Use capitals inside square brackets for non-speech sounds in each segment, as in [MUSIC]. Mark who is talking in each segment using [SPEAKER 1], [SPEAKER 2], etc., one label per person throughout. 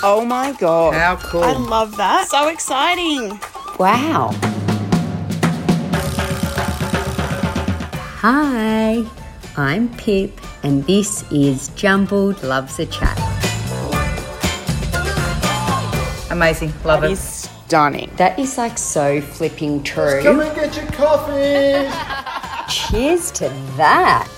[SPEAKER 1] Oh my god.
[SPEAKER 2] How cool.
[SPEAKER 1] I love that. So exciting.
[SPEAKER 3] Wow. Hi, I'm Pip, and this is Jumbled Loves a Chat.
[SPEAKER 2] Amazing. Love
[SPEAKER 1] That
[SPEAKER 2] it.
[SPEAKER 1] is stunning.
[SPEAKER 3] That is like so flipping
[SPEAKER 4] Come
[SPEAKER 3] true.
[SPEAKER 4] and get your coffee.
[SPEAKER 3] [LAUGHS] Cheers to that.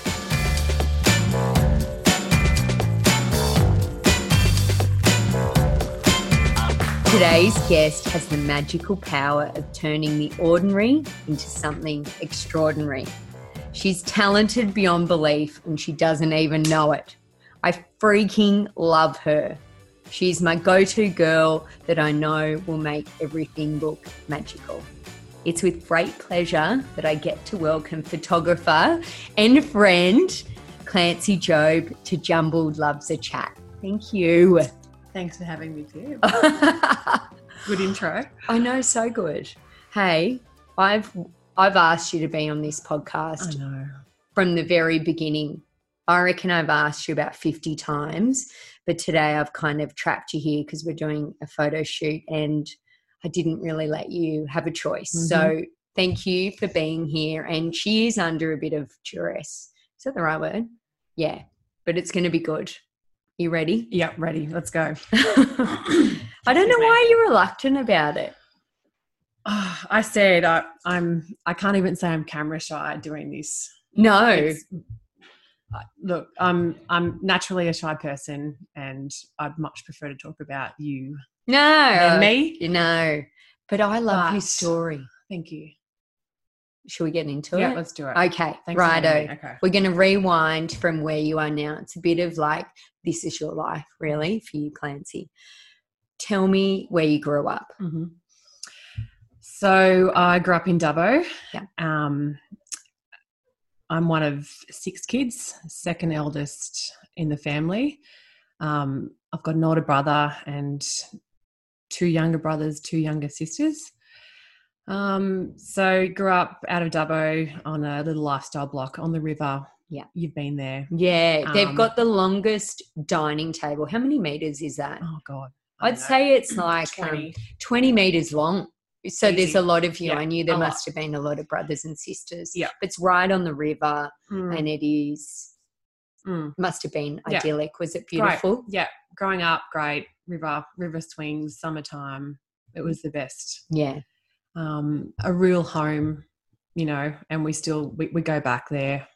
[SPEAKER 3] Today's guest has the magical power of turning the ordinary into something extraordinary. She's talented beyond belief and she doesn't even know it. I freaking love her. She's my go to girl that I know will make everything look magical. It's with great pleasure that I get to welcome photographer and friend Clancy Job to Jumbled Loves a Chat. Thank you. [LAUGHS]
[SPEAKER 5] Thanks for having me, [LAUGHS] too.
[SPEAKER 3] I
[SPEAKER 5] Good intro.
[SPEAKER 3] know, so good. Hey, I've I've asked you to be on this podcast
[SPEAKER 5] know.
[SPEAKER 3] from the very beginning. I reckon I've asked you about 50 times, but today I've kind of trapped you here because we're doing a photo shoot and I didn't really let you have a choice.
[SPEAKER 5] Mm-hmm.
[SPEAKER 3] So thank you for being here. And she is under a bit of duress. Is that the right word? Yeah, but it's going to be good. You ready? [LAUGHS]
[SPEAKER 5] Yeah, ready. Let's go.
[SPEAKER 3] I don't know
[SPEAKER 5] me.
[SPEAKER 3] why you're reluctant about it.
[SPEAKER 5] Ah, I said I, I'm. I can't even say I'm camera shy doing this.
[SPEAKER 3] No.
[SPEAKER 5] It's- I- Look, I'm I'm naturally a shy person, and I'd much prefer to talk about you
[SPEAKER 3] No.
[SPEAKER 5] than me.
[SPEAKER 3] You know. But I love your
[SPEAKER 5] But-
[SPEAKER 3] story.
[SPEAKER 5] Thank you.
[SPEAKER 3] Shall we get into
[SPEAKER 5] yeah,
[SPEAKER 3] it?
[SPEAKER 5] let's do it.
[SPEAKER 3] Okay,
[SPEAKER 5] Thanks for having
[SPEAKER 3] righto.
[SPEAKER 5] me. Okay.
[SPEAKER 3] We're going to rewind from where you are now. It's a bit of like, this is your life, really, for you, Clancy. Tell me where you grew up.
[SPEAKER 5] Mhm. So I grew up in Dubbo.
[SPEAKER 3] Yeah.
[SPEAKER 5] Um, I'm one of six kids, second eldest in the family. Um, I've got an older brother and two younger brothers, two younger sisters. Um, so grew up out of Dubbo on a little lifestyle block on the river.
[SPEAKER 3] Yeah.
[SPEAKER 5] You've been there.
[SPEAKER 3] Yeah, they've
[SPEAKER 5] Um,
[SPEAKER 3] got the longest dining table. How many meters is that?
[SPEAKER 5] Oh God. I
[SPEAKER 3] I'd
[SPEAKER 5] don't know.
[SPEAKER 3] say [CLEARS THROAT] it's like um, 20.
[SPEAKER 5] 20.
[SPEAKER 3] meters long. So there's
[SPEAKER 5] Easy.
[SPEAKER 3] a lot of you.
[SPEAKER 5] Yeah,
[SPEAKER 3] I knew there
[SPEAKER 5] a lot.
[SPEAKER 3] must have been a lot of brothers and sisters.
[SPEAKER 5] Yeah.
[SPEAKER 3] It's right on the river
[SPEAKER 5] Mm,
[SPEAKER 3] and it is,
[SPEAKER 5] mm.
[SPEAKER 3] must have been
[SPEAKER 5] Yeah.
[SPEAKER 3] idyllic. Was it
[SPEAKER 5] Great.
[SPEAKER 3] beautiful?
[SPEAKER 5] Yeah, growing up, great. River, river swings, summertime. It was the best.
[SPEAKER 3] Yeah.
[SPEAKER 5] Um, a real home, you know. And we still we, we go back there.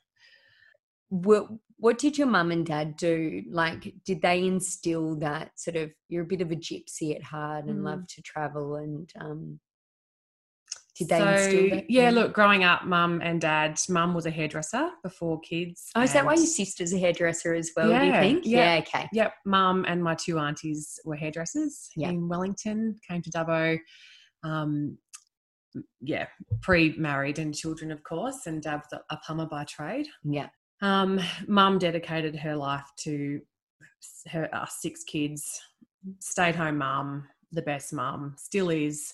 [SPEAKER 3] what what did your mum and dad do like did they instill that sort of you're a bit of a gypsy at heart and
[SPEAKER 5] Mm.
[SPEAKER 3] love to travel and um did they
[SPEAKER 5] So,
[SPEAKER 3] instill that
[SPEAKER 5] Yeah,
[SPEAKER 3] in you?
[SPEAKER 5] look, growing up, mum and dad. Mum was a hairdresser before kids.
[SPEAKER 3] oh is that why
[SPEAKER 5] and-
[SPEAKER 3] your sister's a hairdresser as well do you
[SPEAKER 5] Yeah,
[SPEAKER 3] think
[SPEAKER 5] yeah.
[SPEAKER 3] okay
[SPEAKER 5] Yep, mum and my two aunties were hairdressers
[SPEAKER 3] Yeah.
[SPEAKER 5] in Wellington. Came to Dubbo. Um, yeah, pre-married and children, of course. And dad was a- a plumber by trade.
[SPEAKER 3] yeah
[SPEAKER 5] Um, Mum dedicated her life to s- her our six kids, stayed home mum, the best mum, still is.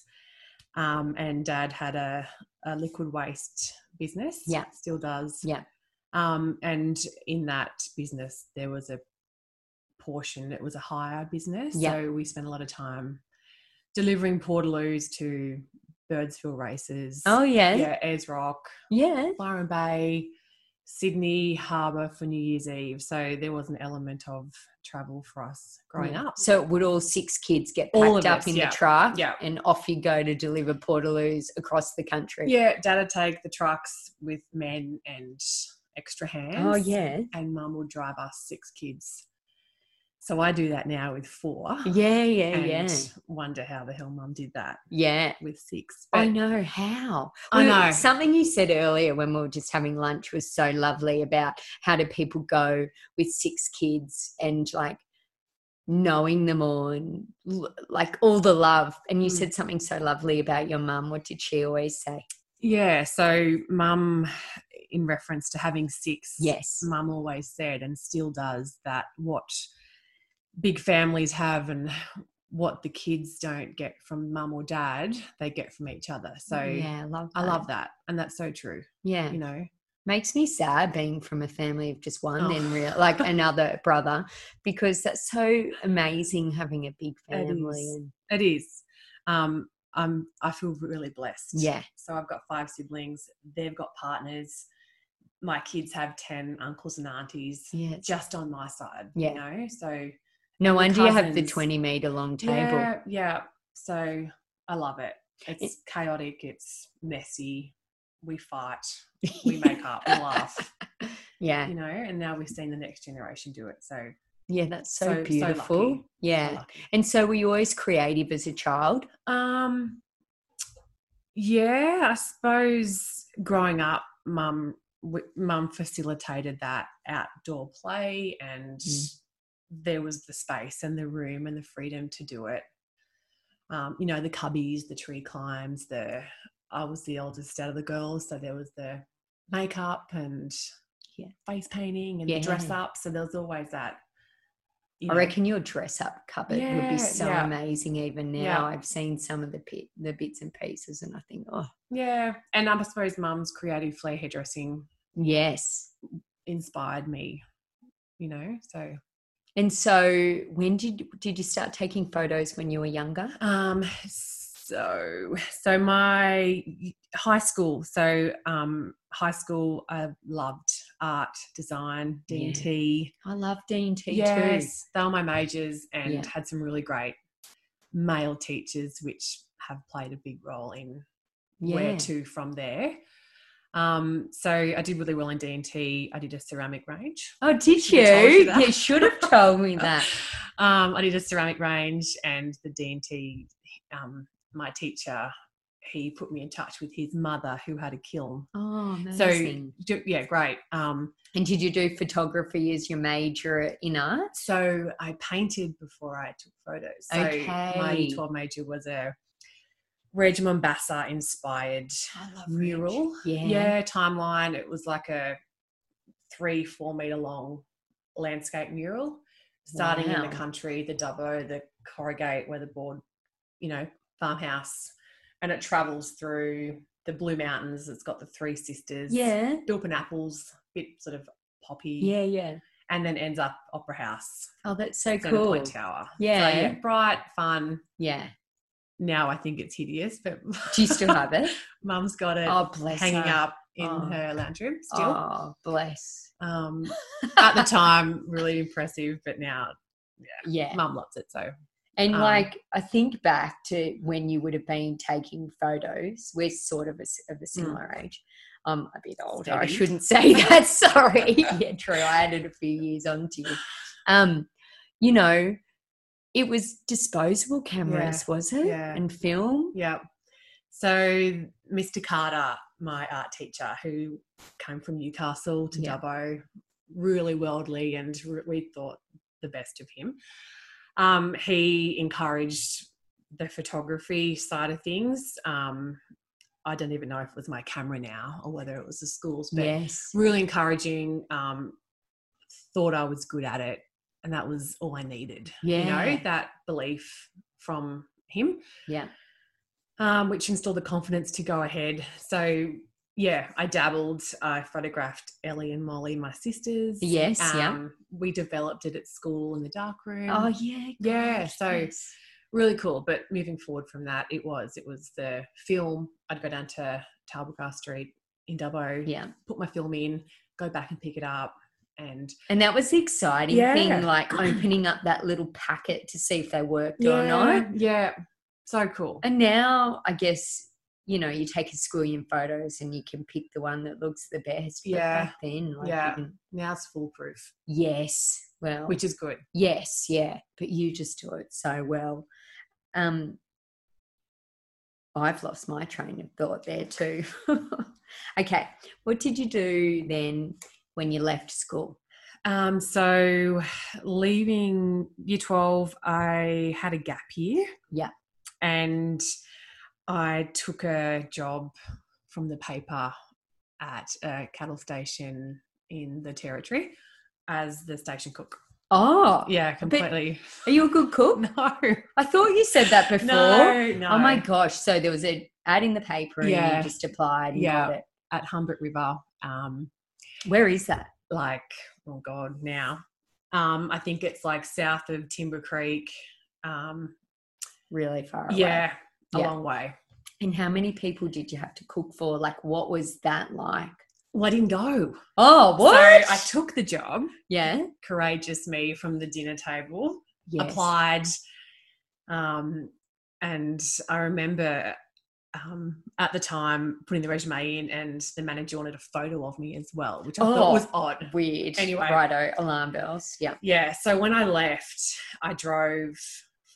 [SPEAKER 5] Um, and Dad had a, a liquid waste business.
[SPEAKER 3] Yeah.
[SPEAKER 5] still does.
[SPEAKER 3] Yeah.
[SPEAKER 5] Um, and in that business, there was a portion. It was a hire business.
[SPEAKER 3] Yeah.
[SPEAKER 5] So we spent a lot of time delivering portaloos to Birdsville races.
[SPEAKER 3] oh yeah yeah,
[SPEAKER 5] yeah, Ayers Rock, Byron Bay, Sydney Harbour for New Year's Eve. So there was an element of travel for us growing
[SPEAKER 3] Yeah.
[SPEAKER 5] up.
[SPEAKER 3] Mm. so would all six kids get
[SPEAKER 5] All
[SPEAKER 3] packed
[SPEAKER 5] of
[SPEAKER 3] up
[SPEAKER 5] us,
[SPEAKER 3] in
[SPEAKER 5] yeah.
[SPEAKER 3] the truck
[SPEAKER 5] Yeah.
[SPEAKER 3] and off you go to deliver portaloos across the country
[SPEAKER 5] Yeah, dad would take the trucks with men and extra hands.
[SPEAKER 3] oh yeah
[SPEAKER 5] And mum would drive us six kids. So I do that now with four.
[SPEAKER 3] yeah yeah
[SPEAKER 5] And
[SPEAKER 3] yeah
[SPEAKER 5] wonder how the hell mum did that
[SPEAKER 3] yeah
[SPEAKER 5] with six.
[SPEAKER 3] I
[SPEAKER 5] But-
[SPEAKER 3] know how.
[SPEAKER 5] I
[SPEAKER 3] Well,
[SPEAKER 5] know.
[SPEAKER 3] Something you said earlier when we were just having lunch was so lovely about how do people go with six kids and like knowing them all and l- like all the love. And you
[SPEAKER 5] Mm.
[SPEAKER 3] said something so lovely about your mum. What did she always say?
[SPEAKER 5] Yeah, so mum, in reference to having six,
[SPEAKER 3] Yes.
[SPEAKER 5] mum always said and still does that what big families have and what the kids don't get from mum or dad, they get from each other. So
[SPEAKER 3] yeah, I love
[SPEAKER 5] I love that. And that's so true,
[SPEAKER 3] Yeah.
[SPEAKER 5] you know.
[SPEAKER 3] Makes me sad being from a family of just one
[SPEAKER 5] Oh.
[SPEAKER 3] and real
[SPEAKER 5] [LAUGHS]
[SPEAKER 3] like another brother because that's so amazing having a big
[SPEAKER 5] It
[SPEAKER 3] family.
[SPEAKER 5] is.
[SPEAKER 3] And
[SPEAKER 5] It is. Um, I'm, I feel really blessed.
[SPEAKER 3] yeah,
[SPEAKER 5] So I've got five siblings. They've got partners. My kids have 10 uncles and aunties
[SPEAKER 3] yeah. it's-
[SPEAKER 5] just on my side,
[SPEAKER 3] Yeah.
[SPEAKER 5] you know? So,
[SPEAKER 3] no wonder you have the
[SPEAKER 5] cousins.
[SPEAKER 3] twenty meter long table.
[SPEAKER 5] yeah, yeah. So I love it. It's chaotic. It's messy.
[SPEAKER 3] [LAUGHS]
[SPEAKER 5] We fight. We make up. We laugh,
[SPEAKER 3] yeah,
[SPEAKER 5] you know? And now we're seeing the next generation do it. So,
[SPEAKER 3] yeah, that's so,
[SPEAKER 5] So- so
[SPEAKER 3] beautiful.
[SPEAKER 5] lucky.
[SPEAKER 3] yeah,
[SPEAKER 5] lucky.
[SPEAKER 3] and so were you always creative as a child?
[SPEAKER 5] Um, yeah, I suppose growing up, mum w- mum facilitated that outdoor play, and
[SPEAKER 3] Mm.
[SPEAKER 5] there was the space and the room and the freedom to do it. Um, you know, the cubbies, the tree climbs. The I was the eldest out of the girls, so there was the makeup and
[SPEAKER 3] Yeah.
[SPEAKER 5] face painting and the dress
[SPEAKER 3] Yeah.
[SPEAKER 5] up. So there was always that. you
[SPEAKER 3] I
[SPEAKER 5] know,
[SPEAKER 3] reckon your dress up cupboard would
[SPEAKER 5] Yeah,
[SPEAKER 3] be so
[SPEAKER 5] yeah.
[SPEAKER 3] amazing even now.
[SPEAKER 5] Yeah.
[SPEAKER 3] I've seen some of the pit, the bits and pieces, and I think, oh
[SPEAKER 5] Yeah, and I suppose mum's creative flair hairdressing
[SPEAKER 3] yes.
[SPEAKER 5] inspired me, you know. So
[SPEAKER 3] And so, when did did you start taking photos when you were younger?
[SPEAKER 5] um so so my high school, so um high school I loved art, design, D and T.
[SPEAKER 3] I love D and T too.
[SPEAKER 5] Yes, they were my majors and
[SPEAKER 3] Yeah.
[SPEAKER 5] had some really great male teachers which have played a big role in where
[SPEAKER 3] Yeah.
[SPEAKER 5] to from there. Um, so I did really well in D and T. I did a ceramic range.
[SPEAKER 3] Oh, did you?
[SPEAKER 5] Should've told you
[SPEAKER 3] You,
[SPEAKER 5] that.
[SPEAKER 3] should have told
[SPEAKER 5] [LAUGHS]
[SPEAKER 3] me that.
[SPEAKER 5] um, I did a ceramic range, and the D&T, um, my teacher, he put me in touch with his mother who had a kiln.
[SPEAKER 3] Oh,
[SPEAKER 5] So,
[SPEAKER 3] amazing.
[SPEAKER 5] ju- yeah, great. Um,
[SPEAKER 3] and did you do photography as your major in art?
[SPEAKER 5] so I painted before I took photos. So my
[SPEAKER 3] Okay.
[SPEAKER 5] Year 12 major was a Reg Mombasa inspired
[SPEAKER 3] I love
[SPEAKER 5] mural.
[SPEAKER 3] Yeah.
[SPEAKER 5] yeah, timeline. It was like a three, four meter long landscape mural, starting in
[SPEAKER 3] Wow.
[SPEAKER 5] the country, the Dubbo, the Corrugate, weatherboard, you know, farmhouse, and it travels through the Blue Mountains. It's got the Three Sisters,
[SPEAKER 3] Yeah.
[SPEAKER 5] Bilpin apples, bit sort of poppy,
[SPEAKER 3] Yeah. Yeah.
[SPEAKER 5] and then ends up Opera House,
[SPEAKER 3] Oh, that's so
[SPEAKER 5] Centre
[SPEAKER 3] cool.
[SPEAKER 5] Point Tower. So,
[SPEAKER 3] Yeah.
[SPEAKER 5] bright, fun.
[SPEAKER 3] Yeah.
[SPEAKER 5] Now I think it's hideous, but
[SPEAKER 3] Do you still have it?
[SPEAKER 5] [LAUGHS] Mum's got it
[SPEAKER 3] Oh, bless
[SPEAKER 5] hanging
[SPEAKER 3] her.
[SPEAKER 5] up in
[SPEAKER 3] Oh.
[SPEAKER 5] her lounge room still.
[SPEAKER 3] Oh, bless.
[SPEAKER 5] Um, at the time, really impressive, but now
[SPEAKER 3] Yeah.
[SPEAKER 5] mum loves it. So
[SPEAKER 3] And
[SPEAKER 5] Um,
[SPEAKER 3] like I think back to when you would have been taking photos, we're sort of a, s- of a similar age. I'm a bit older. I
[SPEAKER 5] Mm. Steady.
[SPEAKER 3] shouldn't say [LAUGHS] that.
[SPEAKER 5] [LAUGHS]
[SPEAKER 3] Sorry. yeah, true. I added a few years onto you. Um, you know, it was disposable cameras, was it?
[SPEAKER 5] yeah.
[SPEAKER 3] And film.
[SPEAKER 5] yeah. So Mr. Carter, my art teacher, who came from Newcastle to
[SPEAKER 3] Yeah.
[SPEAKER 5] Dubbo, really worldly, and re- we thought the best of him. Um, he encouraged the photography side of things. Um, I don't even know if it was my camera now or whether it was the schools, but
[SPEAKER 3] Yes.
[SPEAKER 5] really encouraging. Um, thought I was good at it, and that was all I needed. you
[SPEAKER 3] Yeah.
[SPEAKER 5] know that belief from him,
[SPEAKER 3] Yeah.
[SPEAKER 5] um, which instilled the confidence to go ahead. So yeah, I dabbled. I photographed Ellie and Molly, my sisters.
[SPEAKER 3] Yes, yeah.
[SPEAKER 5] Um, We developed it at school in the dark room.
[SPEAKER 3] Oh yeah.
[SPEAKER 5] Yeah, so-
[SPEAKER 3] yes.
[SPEAKER 5] Really cool. But moving forward from that, it was it was the film. I'd go down to Talbotgar Street in Dubbo,
[SPEAKER 3] yeah.
[SPEAKER 5] put my film in, go back and pick it up, and
[SPEAKER 3] And that was the exciting thing,
[SPEAKER 5] Yeah.
[SPEAKER 3] like opening up that little packet to see if they worked or not.
[SPEAKER 5] Yeah, so cool.
[SPEAKER 3] And now, I guess, you know, you take a squillion photos and you can pick the one that looks the best. But
[SPEAKER 5] Yeah.
[SPEAKER 3] Back then, like, you
[SPEAKER 5] Yeah.
[SPEAKER 3] didn't-
[SPEAKER 5] now it's foolproof,
[SPEAKER 3] yes. Well,
[SPEAKER 5] which is good.
[SPEAKER 3] yes, yeah. But you just do it so well. Um, I've lost my train of thought there too. [LAUGHS] okay. What did you do then when you left school?
[SPEAKER 5] Um, so leaving year twelve, I had a gap year.
[SPEAKER 3] Yeah.
[SPEAKER 5] and I took a job from the paper at a cattle station in the territory as the station cook.
[SPEAKER 3] Oh,
[SPEAKER 5] Yeah,
[SPEAKER 3] [LAUGHS]
[SPEAKER 5] completely.
[SPEAKER 3] are you a good cook?
[SPEAKER 5] [LAUGHS] no,
[SPEAKER 3] I thought you said that before.
[SPEAKER 5] no, no.
[SPEAKER 3] Oh my gosh. So there was an ad in the paper and
[SPEAKER 5] Yeah.
[SPEAKER 3] you just applied and
[SPEAKER 5] Yeah.
[SPEAKER 3] got it.
[SPEAKER 5] at Humbert River. Um,
[SPEAKER 3] Where is that?
[SPEAKER 5] like oh god now um i think it's like south of timber creek um
[SPEAKER 3] Really far away.
[SPEAKER 5] yeah a
[SPEAKER 3] Yeah.
[SPEAKER 5] long way
[SPEAKER 3] And how many people did you have to cook for? Like, what was that like?
[SPEAKER 5] well i didn't go
[SPEAKER 3] Oh, what?
[SPEAKER 5] so i took the job
[SPEAKER 3] yeah.
[SPEAKER 5] courageous me from the dinner table
[SPEAKER 3] Yes.
[SPEAKER 5] applied. Um, and I remember um, at the time putting the resume in, and the manager wanted a photo of me as well, which I
[SPEAKER 3] Oh.
[SPEAKER 5] thought was odd.
[SPEAKER 3] Weird.
[SPEAKER 5] Anyway.
[SPEAKER 3] Righto. Alarm bells. Yeah.
[SPEAKER 5] Yeah, so when I left, I drove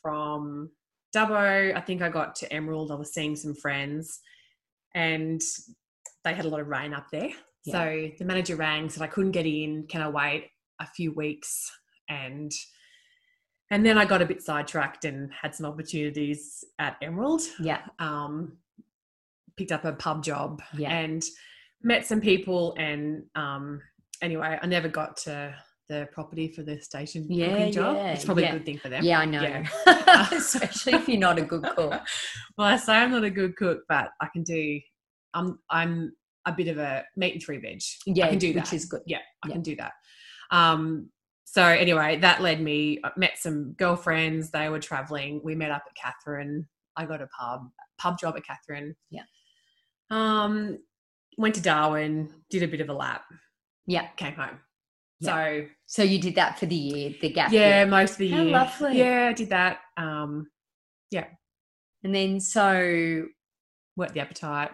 [SPEAKER 5] from Dubbo. I think I got to Emerald. I was seeing some friends, and they had a lot of rain up there.
[SPEAKER 3] Yeah.
[SPEAKER 5] So the manager rang, said I couldn't get in. Can I wait a few weeks? And and then I got a bit sidetracked and had some opportunities at Emerald.
[SPEAKER 3] Yeah.
[SPEAKER 5] Um, picked up a pub job
[SPEAKER 3] Yeah.
[SPEAKER 5] and met some people. And um, anyway, I never got to the property for the station
[SPEAKER 3] Yeah,
[SPEAKER 5] cooking job.
[SPEAKER 3] yeah,
[SPEAKER 5] it's probably
[SPEAKER 3] yeah.
[SPEAKER 5] a good thing for them.
[SPEAKER 3] Yeah, I know.
[SPEAKER 5] Yeah.
[SPEAKER 3] [LAUGHS] Especially if you're not a good cook.
[SPEAKER 5] well, [LAUGHS] I say I'm not a good cook, but I can do. I'm I'm a bit of a meat and three veg.
[SPEAKER 3] Yeah,
[SPEAKER 5] I can do
[SPEAKER 3] which
[SPEAKER 5] that.
[SPEAKER 3] is good.
[SPEAKER 5] yeah, I
[SPEAKER 3] Yeah.
[SPEAKER 5] can do that. Um, so anyway, that led me. I met some girlfriends. They were traveling. We met up at Catherine. I got a pub pub job at Catherine.
[SPEAKER 3] Yeah.
[SPEAKER 5] Um, went to Darwin. Did a bit of a lap.
[SPEAKER 3] Yeah.
[SPEAKER 5] Came home.
[SPEAKER 3] Yeah.
[SPEAKER 5] So
[SPEAKER 3] So you did that for the year, the gap
[SPEAKER 5] yeah,
[SPEAKER 3] year.
[SPEAKER 5] most of the
[SPEAKER 3] How
[SPEAKER 5] year.
[SPEAKER 3] lovely.
[SPEAKER 5] Yeah, I did that. Um,
[SPEAKER 3] And then so,
[SPEAKER 5] worked the appetite.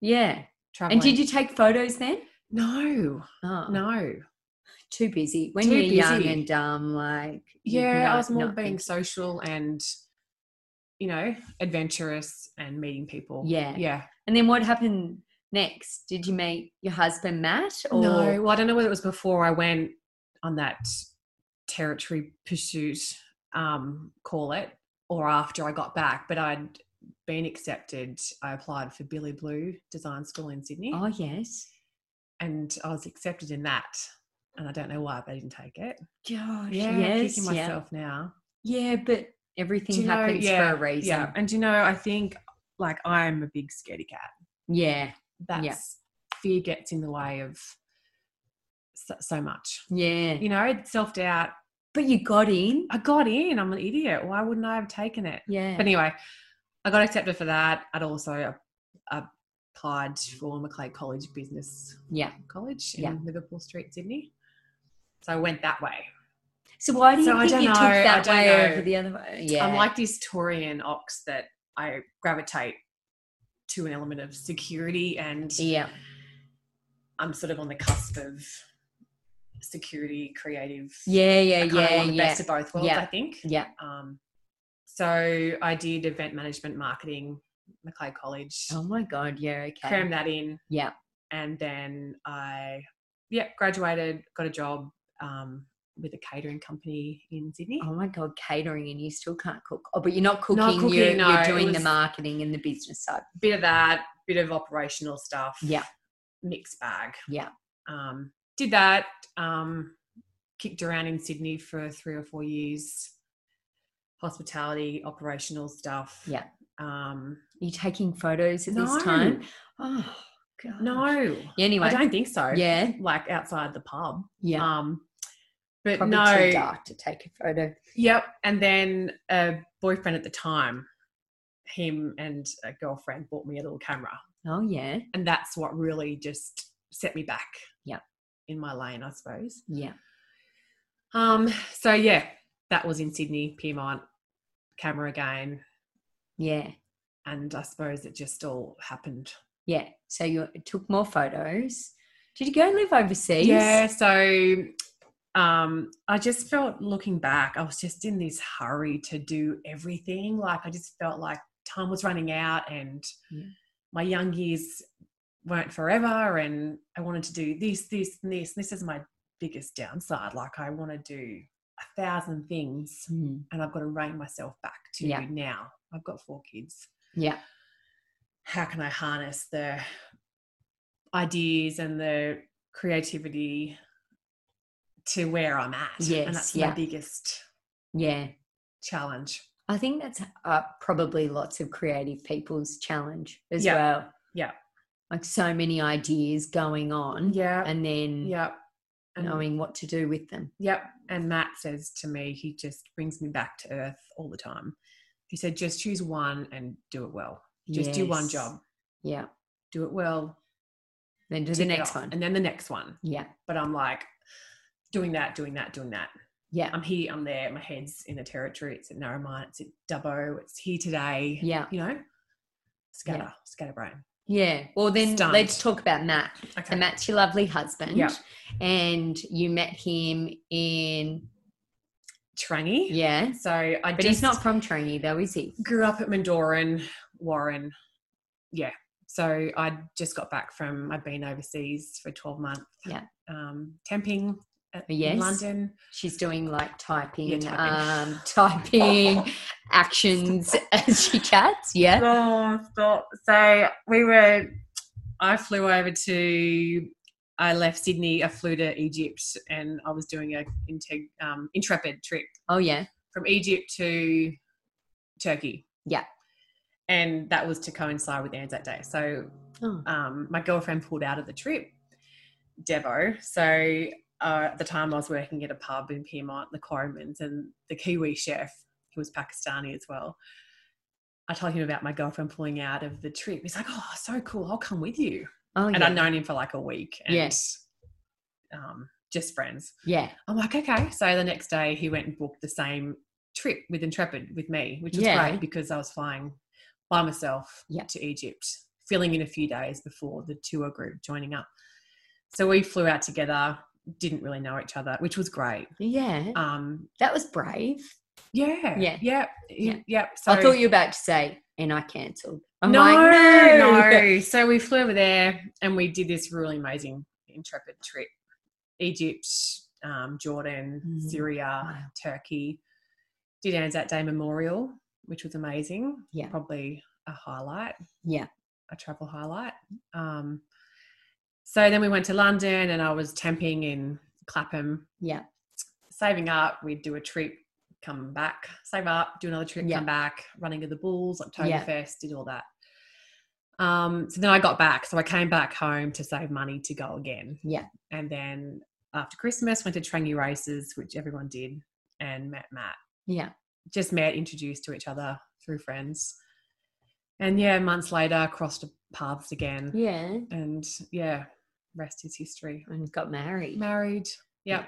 [SPEAKER 3] yeah.
[SPEAKER 5] Traveling.
[SPEAKER 3] And did you take photos then?
[SPEAKER 5] No,
[SPEAKER 3] Oh,
[SPEAKER 5] no.
[SPEAKER 3] Too busy. When
[SPEAKER 5] Too
[SPEAKER 3] you're young
[SPEAKER 5] busy.
[SPEAKER 3] and dumb, like. you
[SPEAKER 5] Yeah, I
[SPEAKER 3] know-
[SPEAKER 5] was more
[SPEAKER 3] not
[SPEAKER 5] being
[SPEAKER 3] think-
[SPEAKER 5] social and, you know, adventurous and meeting people.
[SPEAKER 3] Yeah.
[SPEAKER 5] Yeah.
[SPEAKER 3] And then what happened next? Did you meet your husband, Matt? Or
[SPEAKER 5] No, well, I don't know whether it was before I went on that territory pursuit, um, call it, or after I got back, but I'd been accepted. I applied for Billy Blue Design School in Sydney
[SPEAKER 3] Oh, yes.
[SPEAKER 5] and I was accepted in that. And I don't know why, but I didn't take it.
[SPEAKER 3] Gosh,
[SPEAKER 5] Yeah,
[SPEAKER 3] yes.
[SPEAKER 5] kicking
[SPEAKER 3] yeah.
[SPEAKER 5] myself now.
[SPEAKER 3] yeah, but everything
[SPEAKER 5] Do you know-
[SPEAKER 3] happens
[SPEAKER 5] yeah,
[SPEAKER 3] for a reason.
[SPEAKER 5] Yeah, and do you know, I think like I'm a big scaredy cat.
[SPEAKER 3] yeah.
[SPEAKER 5] That's fear gets in the way of so, so much.
[SPEAKER 3] yeah.
[SPEAKER 5] You know, self doubt.
[SPEAKER 3] But you got in.
[SPEAKER 5] I got in. I'm an idiot. Why wouldn't I have taken it?
[SPEAKER 3] Yeah.
[SPEAKER 5] But anyway, I got accepted for that. I'd also uh, applied for Maclay College Business
[SPEAKER 3] yeah.
[SPEAKER 5] College
[SPEAKER 3] Yeah.
[SPEAKER 5] in Liverpool Street, Sydney. So I went that way.
[SPEAKER 3] So why do you
[SPEAKER 5] So I
[SPEAKER 3] think
[SPEAKER 5] don't
[SPEAKER 3] you took
[SPEAKER 5] know, I
[SPEAKER 3] that
[SPEAKER 5] don't
[SPEAKER 3] way
[SPEAKER 5] know.
[SPEAKER 3] over the other way? Yeah.
[SPEAKER 5] I'm like this Taurian ox that I gravitate to an element of security and
[SPEAKER 3] yeah,
[SPEAKER 5] I'm sort of on the cusp of security, creative.
[SPEAKER 3] yeah,
[SPEAKER 5] I
[SPEAKER 3] yeah,
[SPEAKER 5] kinda
[SPEAKER 3] yeah,
[SPEAKER 5] want the
[SPEAKER 3] yeah,
[SPEAKER 5] best of both worlds,
[SPEAKER 3] Yeah.
[SPEAKER 5] I think.
[SPEAKER 3] yeah.
[SPEAKER 5] Um, so I did event management marketing, Maclay College,
[SPEAKER 3] Oh my god, yeah, okay,
[SPEAKER 5] crammed that in.
[SPEAKER 3] Yeah.
[SPEAKER 5] And then I, yeah, graduated, got a job um, with a catering company in Sydney.
[SPEAKER 3] Oh my god, catering, and you still can't cook. Oh, but you're not cooking.
[SPEAKER 5] cooking,
[SPEAKER 3] you're,
[SPEAKER 5] no,
[SPEAKER 3] you're
[SPEAKER 5] it
[SPEAKER 3] doing the
[SPEAKER 5] was-
[SPEAKER 3] marketing and the business side.
[SPEAKER 5] Bit of that, bit of operational stuff.
[SPEAKER 3] Yeah.
[SPEAKER 5] Mixed bag.
[SPEAKER 3] Yeah.
[SPEAKER 5] Um, did that, um, kicked around in Sydney for three or four years, hospitality, operational stuff.
[SPEAKER 3] Yeah.
[SPEAKER 5] Um,
[SPEAKER 3] Are you taking photos at
[SPEAKER 5] No.
[SPEAKER 3] this time? Oh god,
[SPEAKER 5] no,
[SPEAKER 3] Yeah,
[SPEAKER 5] I
[SPEAKER 3] anyway,
[SPEAKER 5] don't think so.
[SPEAKER 3] yeah,
[SPEAKER 5] Like outside the pub.
[SPEAKER 3] yeah.
[SPEAKER 5] Um, but
[SPEAKER 3] Probably
[SPEAKER 5] no.
[SPEAKER 3] too dark to take a photo.
[SPEAKER 5] Yep. And then a boyfriend at the time, him and a girlfriend bought me a little camera.
[SPEAKER 3] Oh yeah,
[SPEAKER 5] And that's what really just set me back.
[SPEAKER 3] Yep.
[SPEAKER 5] In my lane, I suppose.
[SPEAKER 3] yeah.
[SPEAKER 5] Um, so yeah, that was in Sydney, Piedmont, camera again.
[SPEAKER 3] Yeah,
[SPEAKER 5] And I suppose it just all happened.
[SPEAKER 3] yeah. So you took more photos. Did you go live overseas?
[SPEAKER 5] Yeah, so um I just felt looking back, I was just in this hurry to do everything. Like I just felt like time was running out and
[SPEAKER 3] Yeah.
[SPEAKER 5] my young years weren't forever and I wanted to do this, this, and this. This is my biggest downside. Like I want to do a thousand things
[SPEAKER 3] Hmm,
[SPEAKER 5] and I've got to rein myself back to
[SPEAKER 3] Yeah.
[SPEAKER 5] now. I've got four kids.
[SPEAKER 3] yeah,
[SPEAKER 5] How can I harness the ideas and the creativity to where I'm at?
[SPEAKER 3] Yes,
[SPEAKER 5] and that's
[SPEAKER 3] yeah.
[SPEAKER 5] my biggest
[SPEAKER 3] yeah.
[SPEAKER 5] challenge.
[SPEAKER 3] I think that's uh, probably lots of creative people's challenge as
[SPEAKER 5] Yeah.
[SPEAKER 3] well.
[SPEAKER 5] Yeah.
[SPEAKER 3] like so many ideas going on
[SPEAKER 5] Yeah.
[SPEAKER 3] Mm, and then
[SPEAKER 5] yep. And,
[SPEAKER 3] knowing what to do with them.
[SPEAKER 5] Yep. And Matt says to me, he just brings me back to earth all the time. He said, just choose one and do it well. Just do one
[SPEAKER 3] Yes.
[SPEAKER 5] job,
[SPEAKER 3] Yeah.
[SPEAKER 5] do it well.
[SPEAKER 3] Then do the
[SPEAKER 5] tick it
[SPEAKER 3] next
[SPEAKER 5] off,
[SPEAKER 3] one.
[SPEAKER 5] And then the next one.
[SPEAKER 3] yeah.
[SPEAKER 5] But I'm like, doing that, doing that, doing that.
[SPEAKER 3] Yeah.
[SPEAKER 5] I'm here, I'm there, my head's in the territory. It's at Narromine, it's at Dubbo, it's here today.
[SPEAKER 3] Yeah.
[SPEAKER 5] You know, scatter, scatterbrain.
[SPEAKER 3] Yeah. Well, then
[SPEAKER 5] Stunned.
[SPEAKER 3] let's talk about Matt. So
[SPEAKER 5] Okay.
[SPEAKER 3] Matt's your lovely husband.
[SPEAKER 5] Yeah.
[SPEAKER 3] And you met him in,
[SPEAKER 5] Trangy.
[SPEAKER 3] yeah.
[SPEAKER 5] So I
[SPEAKER 3] But
[SPEAKER 5] just
[SPEAKER 3] he's not from Trinity though, is he?
[SPEAKER 5] grew up at Mandoran, Warren. Yeah. So I just got back from, I'd been overseas for 12 months.
[SPEAKER 3] Yeah.
[SPEAKER 5] Um, temping at,
[SPEAKER 3] Yes.
[SPEAKER 5] in London.
[SPEAKER 3] She's doing like typing,
[SPEAKER 5] Yeah, typing.
[SPEAKER 3] Um, typing
[SPEAKER 5] [LAUGHS]
[SPEAKER 3] actions as she chats. Yeah.
[SPEAKER 5] Oh, stop. So we were, I flew over to, I left Sydney, I flew to Egypt, and I was doing a integ, um, intrepid trip
[SPEAKER 3] Oh, yeah.
[SPEAKER 5] from Egypt to Turkey.
[SPEAKER 3] Yeah.
[SPEAKER 5] And that was to coincide with Anzac Day. So
[SPEAKER 3] Oh.
[SPEAKER 5] um, my girlfriend pulled out of the trip, Devo. So uh, at the time I was working at a pub in Piedmont, the Quarryman's, and the Kiwi chef, who was Pakistani as well, I told him about my girlfriend pulling out of the trip. He's like, oh, so cool. I'll come with you.
[SPEAKER 3] Oh,
[SPEAKER 5] And
[SPEAKER 3] yeah.
[SPEAKER 5] I'd known him for like a week. And,
[SPEAKER 3] Yeah.
[SPEAKER 5] Um, just friends.
[SPEAKER 3] Yeah.
[SPEAKER 5] I'm like, okay. So the next day he went and booked the same trip with Intrepid with me, which was
[SPEAKER 3] Yeah.
[SPEAKER 5] great because I was flying by myself
[SPEAKER 3] Yeah.
[SPEAKER 5] to Egypt, filling in a few days before the tour group joining up. So we flew out together, didn't really know each other, which was great.
[SPEAKER 3] Yeah.
[SPEAKER 5] Um,
[SPEAKER 3] that was brave.
[SPEAKER 5] yeah,
[SPEAKER 3] Yeah.
[SPEAKER 5] yeah, yeah.
[SPEAKER 3] Yeah.
[SPEAKER 5] So
[SPEAKER 3] I thought you were about to say, and I cancelled. I'm
[SPEAKER 5] no,
[SPEAKER 3] like, no,
[SPEAKER 5] no. So we flew over there and we did this really amazing intrepid trip. Egypt, um, Jordan,
[SPEAKER 3] Mm.
[SPEAKER 5] Syria,
[SPEAKER 3] Wow.
[SPEAKER 5] Turkey. Did Anzac Day Memorial, which was amazing.
[SPEAKER 3] Yeah.
[SPEAKER 5] Probably a highlight,
[SPEAKER 3] Yeah.
[SPEAKER 5] a travel highlight. Um, so then we went to London and I was temping in Clapham,
[SPEAKER 3] Yeah.
[SPEAKER 5] saving up. We'd do a trip, come back, save up, do another trip,
[SPEAKER 3] Yeah.
[SPEAKER 5] come back, running to the Bulls, Oktoberfest,
[SPEAKER 3] Yeah.
[SPEAKER 5] did all that. Um, so then I got back. So I came back home to save money to go again.
[SPEAKER 3] Yeah.
[SPEAKER 5] And then after Christmas, went to Trangy Races, which everyone did, and met Matt.
[SPEAKER 3] [LAUGHS] Yeah.
[SPEAKER 5] Just met, introduced to each other through friends. And yeah, months later, crossed paths again.
[SPEAKER 3] Yeah.
[SPEAKER 5] And yeah, rest is history.
[SPEAKER 3] And got married.
[SPEAKER 5] Married. Yeah.
[SPEAKER 3] Yeah.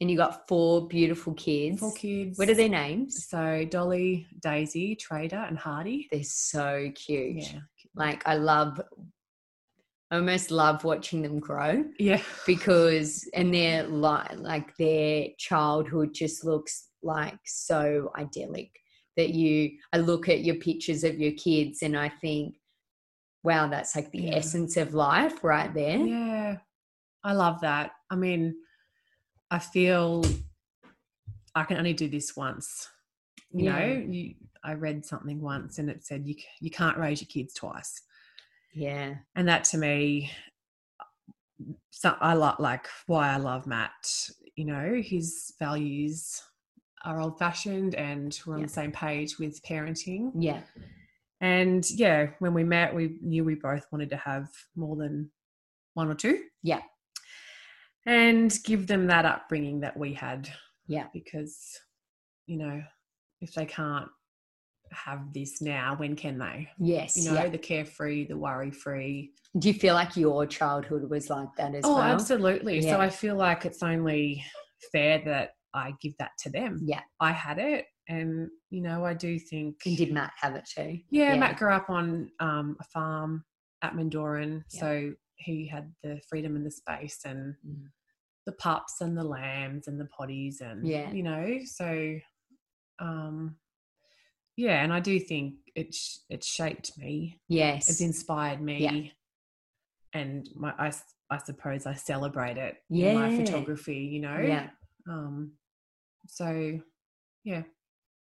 [SPEAKER 3] And you got four beautiful kids.
[SPEAKER 5] Four kids.
[SPEAKER 3] What are their names?
[SPEAKER 5] So Dolly, Daisy, Trader, and Hardy.
[SPEAKER 3] They're so cute.
[SPEAKER 5] Yeah.
[SPEAKER 3] Like I love I almost love watching them grow
[SPEAKER 5] Yeah.
[SPEAKER 3] because and their li- like their childhood just looks like so idyllic that you I look at your pictures of your kids and I think wow that's like the
[SPEAKER 5] Yeah.
[SPEAKER 3] essence of life right there.
[SPEAKER 5] Yeah. I love that. I mean, I feel I can only do this once. You
[SPEAKER 3] Yeah.
[SPEAKER 5] know, you, I read something once and it said you, c- you can't raise your kids twice.
[SPEAKER 3] Yeah.
[SPEAKER 5] and that to me so i like like why i love matt you know his values are old fashioned and we're on
[SPEAKER 3] Yeah.
[SPEAKER 5] the same page with parenting
[SPEAKER 3] Yeah.
[SPEAKER 5] and yeah when we met we knew we both wanted to have more than one or two
[SPEAKER 3] Yeah.
[SPEAKER 5] and give them that upbringing that we had
[SPEAKER 3] Yeah.
[SPEAKER 5] because you know if they can't have this now when can they
[SPEAKER 3] Yes.
[SPEAKER 5] you know
[SPEAKER 3] yeah.
[SPEAKER 5] the carefree the worry free
[SPEAKER 3] Do you feel like your childhood was like that as
[SPEAKER 5] oh,
[SPEAKER 3] well?
[SPEAKER 5] absolutely.
[SPEAKER 3] Yeah.
[SPEAKER 5] So I feel like it's only fair that I give that to them.
[SPEAKER 3] Yeah.
[SPEAKER 5] I had it, and you know, I do think.
[SPEAKER 3] And did Matt have it too?
[SPEAKER 5] yeah,
[SPEAKER 3] yeah.
[SPEAKER 5] Matt grew up on um, a farm at Mandoran,
[SPEAKER 3] Yeah.
[SPEAKER 5] so he had the freedom and the space, and
[SPEAKER 3] Mm.
[SPEAKER 5] the pups and the lambs and the potties, and
[SPEAKER 3] Yeah.
[SPEAKER 5] you know, so. Um, yeah, and I do think it sh- it shaped me
[SPEAKER 3] Yes.
[SPEAKER 5] it's inspired me and my I, s- I suppose i celebrate it in my
[SPEAKER 3] Yeah.
[SPEAKER 5] photography you know
[SPEAKER 3] Yeah.
[SPEAKER 5] um so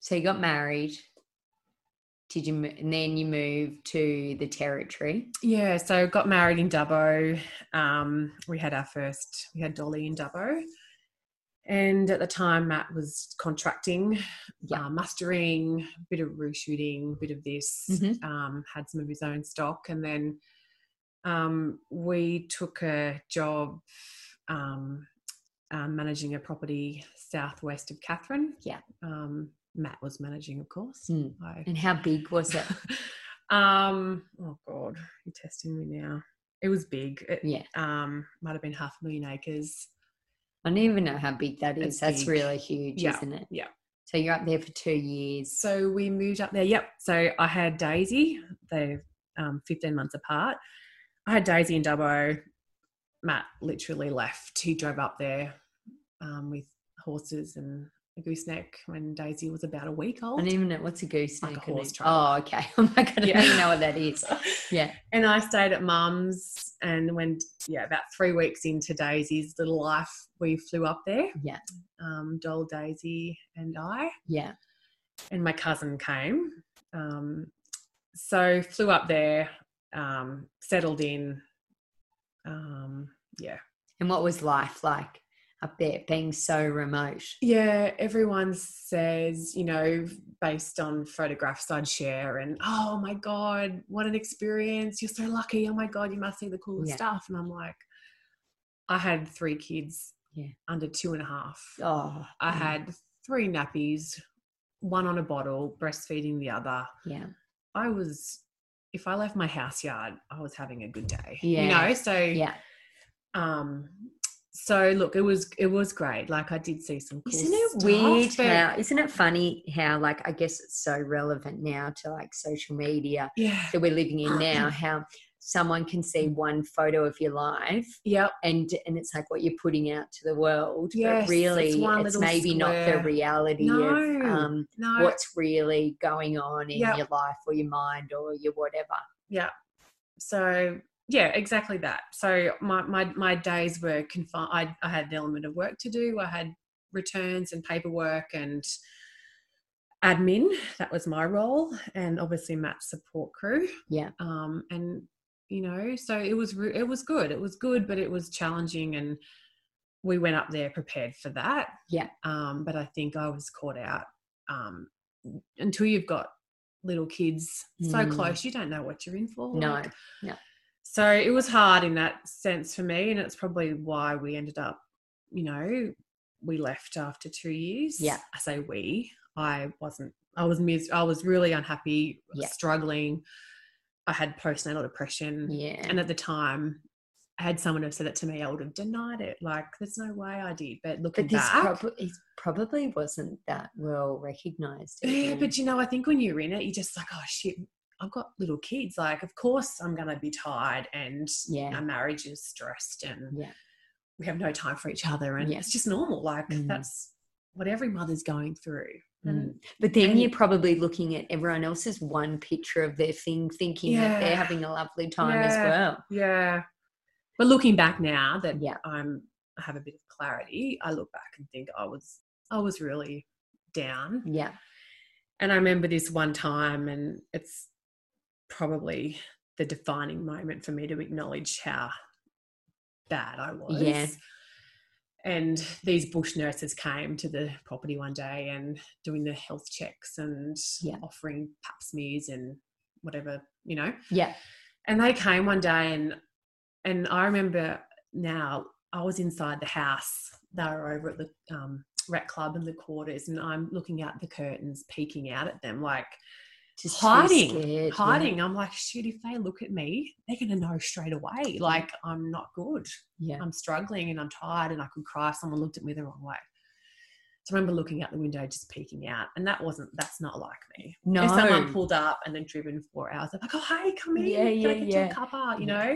[SPEAKER 3] So you got married. Did you? mo- And then you moved to the territory.
[SPEAKER 5] yeah so got married in dubbo um we had our first we had dolly in dubbo and at the time matt was contracting
[SPEAKER 3] Yeah.
[SPEAKER 5] uh, mustering bit of roo shooting bit of this
[SPEAKER 3] Mhm.
[SPEAKER 5] um had some of his own stock and then um, we took a job um, uh, managing a property southwest of Catherine.
[SPEAKER 3] Yeah.
[SPEAKER 5] Um, Matt was managing, of course.
[SPEAKER 3] Mm.
[SPEAKER 5] I-
[SPEAKER 3] And how big was it?
[SPEAKER 5] um, oh God, you're testing me now. It was big. It
[SPEAKER 3] [LAUGHS] Yeah.
[SPEAKER 5] um, might have been half a million acres.
[SPEAKER 3] I don't even know how big that is.
[SPEAKER 5] It's
[SPEAKER 3] That's
[SPEAKER 5] big.
[SPEAKER 3] really huge,
[SPEAKER 5] Yeah,
[SPEAKER 3] isn't it?
[SPEAKER 5] yeah.
[SPEAKER 3] So you're up there for two years.
[SPEAKER 5] So we moved up there. Yep. So I had Daisy. They're um, 15 months apart. I had Daisy in Dubbo. Matt literally left. He drove up there um, with horses and a gooseneck when Daisy was about a week
[SPEAKER 3] I
[SPEAKER 5] old.
[SPEAKER 3] don't even know what's a gooseneck.
[SPEAKER 5] Like a horse
[SPEAKER 3] and a- Oh, okay. [LAUGHS] I'm not going to
[SPEAKER 5] Yeah.
[SPEAKER 3] know what that
[SPEAKER 5] [LAUGHS]
[SPEAKER 3] is. Yeah.
[SPEAKER 5] and I stayed at mum's. And when, yeah, about three weeks into Daisy's little life, we flew up there.
[SPEAKER 3] Yeah.
[SPEAKER 5] Um, Doll, Daisy, and I.
[SPEAKER 3] Yeah.
[SPEAKER 5] And my cousin came. Um, so flew up there, um, settled in. Um, yeah.
[SPEAKER 3] And what was life like up there being so remote?
[SPEAKER 5] Yeah, everyone says, you know, based on photographs I'd share, and oh my God, what an experience. You're so lucky. Oh my God, you must see the coolest
[SPEAKER 3] Yeah.
[SPEAKER 5] stuff. And I'm like, I had three kids
[SPEAKER 3] Yeah.
[SPEAKER 5] under two and a half.
[SPEAKER 3] Oh,
[SPEAKER 5] I
[SPEAKER 3] mm,
[SPEAKER 5] had three nappies, one on a bottle, breastfeeding the other.
[SPEAKER 3] Yeah.
[SPEAKER 5] I was, if I left my house yard, I was having a good day. You
[SPEAKER 3] Yeah.
[SPEAKER 5] know, so
[SPEAKER 3] Yeah.
[SPEAKER 5] um so look it was it was great like i did see some cool
[SPEAKER 3] Isn't it
[SPEAKER 5] stuff,
[SPEAKER 3] weird
[SPEAKER 5] but-
[SPEAKER 3] how, isn't it funny how, like, I guess it's so relevant now to like social media
[SPEAKER 5] yeah
[SPEAKER 3] that we're living in
[SPEAKER 5] [CLEARS THROAT]
[SPEAKER 3] now, how someone can see one photo of your life
[SPEAKER 5] yep
[SPEAKER 3] and and it's like what you're putting out to the world
[SPEAKER 5] Yes,
[SPEAKER 3] but really
[SPEAKER 5] it's
[SPEAKER 3] it's,
[SPEAKER 5] one little
[SPEAKER 3] maybe not the
[SPEAKER 5] square.
[SPEAKER 3] reality
[SPEAKER 5] No,
[SPEAKER 3] of um,
[SPEAKER 5] no
[SPEAKER 3] what's really going on in
[SPEAKER 5] Yep.
[SPEAKER 3] your life or your mind or your whatever
[SPEAKER 5] so yeah exactly that so my my, my days were confined I, I had an element of work to do i had returns and paperwork and admin that was my role and obviously matt's support crew
[SPEAKER 3] Yeah.
[SPEAKER 5] um and you know so it was re- it was good it was good but it was challenging and we went up there prepared for that
[SPEAKER 3] Yeah.
[SPEAKER 5] um but i think i was caught out um until you've got little kids so
[SPEAKER 3] Mm.
[SPEAKER 5] close you don't know what you're in for
[SPEAKER 3] no
[SPEAKER 5] like, so it was hard in that sense for me, and it's probably why we ended up, you know, we left after two years.
[SPEAKER 3] Yeah.
[SPEAKER 5] I say we. I wasn't. I was. Mis- I was really unhappy,
[SPEAKER 3] Yeah.
[SPEAKER 5] struggling. I had postnatal depression,
[SPEAKER 3] yeah
[SPEAKER 5] and at the time, had someone have said it to me, I would have denied it. Like, there's no way I did. But looking
[SPEAKER 3] but this
[SPEAKER 5] back,
[SPEAKER 3] prob- it probably wasn't that well recognized
[SPEAKER 5] [LAUGHS] yeah, but you know, I think when you're in it, you're just like, oh shit, I've got little kids. Like, of course I'm gonna be tired, and
[SPEAKER 3] Yeah.
[SPEAKER 5] our marriage is stressed, and
[SPEAKER 3] Yeah.
[SPEAKER 5] we have no time for each other, and
[SPEAKER 3] Yeah.
[SPEAKER 5] it's just normal. Like
[SPEAKER 3] Mm.
[SPEAKER 5] that's what every mother's going through. And
[SPEAKER 3] Mm. but then
[SPEAKER 5] Mm-hmm. and-
[SPEAKER 3] you're probably looking at everyone else's one picture of their thing thinking that
[SPEAKER 5] Yeah.
[SPEAKER 3] they're having a lovely time as
[SPEAKER 5] Yeah.
[SPEAKER 3] well
[SPEAKER 5] yeah, but looking back now that
[SPEAKER 3] Yeah.
[SPEAKER 5] I'm, I have a bit of clarity. I look back and think I was, I was really down.
[SPEAKER 3] yeah
[SPEAKER 5] And I remember this one time, and it's probably the defining moment for me to acknowledge how bad I was.
[SPEAKER 3] Yeah.
[SPEAKER 5] And these bush nurses came to the property one day and doing the health checks and
[SPEAKER 3] Yeah.
[SPEAKER 5] offering pap smears and whatever, you know.
[SPEAKER 3] yeah
[SPEAKER 5] And they came one day and and I remember now I was inside the house. They were over at the um, rec club in the quarters, and I'm looking out the curtains, peeking out at them, like
[SPEAKER 3] just too
[SPEAKER 5] hiding,
[SPEAKER 3] scared, yeah.
[SPEAKER 5] hiding. I'm like, shit, if they look at me, they're gonna know straight away. Like I'm not good.
[SPEAKER 3] yeah
[SPEAKER 5] I'm struggling and I'm tired and I could cry. Someone looked at me the wrong way. So I remember looking out the window, just peeking out, and that wasn't that's not like me.
[SPEAKER 3] no
[SPEAKER 5] If someone pulled up and then driven four hours, I'm like, oh hey, come in,
[SPEAKER 3] Yeah,
[SPEAKER 5] can
[SPEAKER 3] yeah,
[SPEAKER 5] I get you
[SPEAKER 3] yeah.
[SPEAKER 5] a cuppa? You
[SPEAKER 3] Yeah.
[SPEAKER 5] know,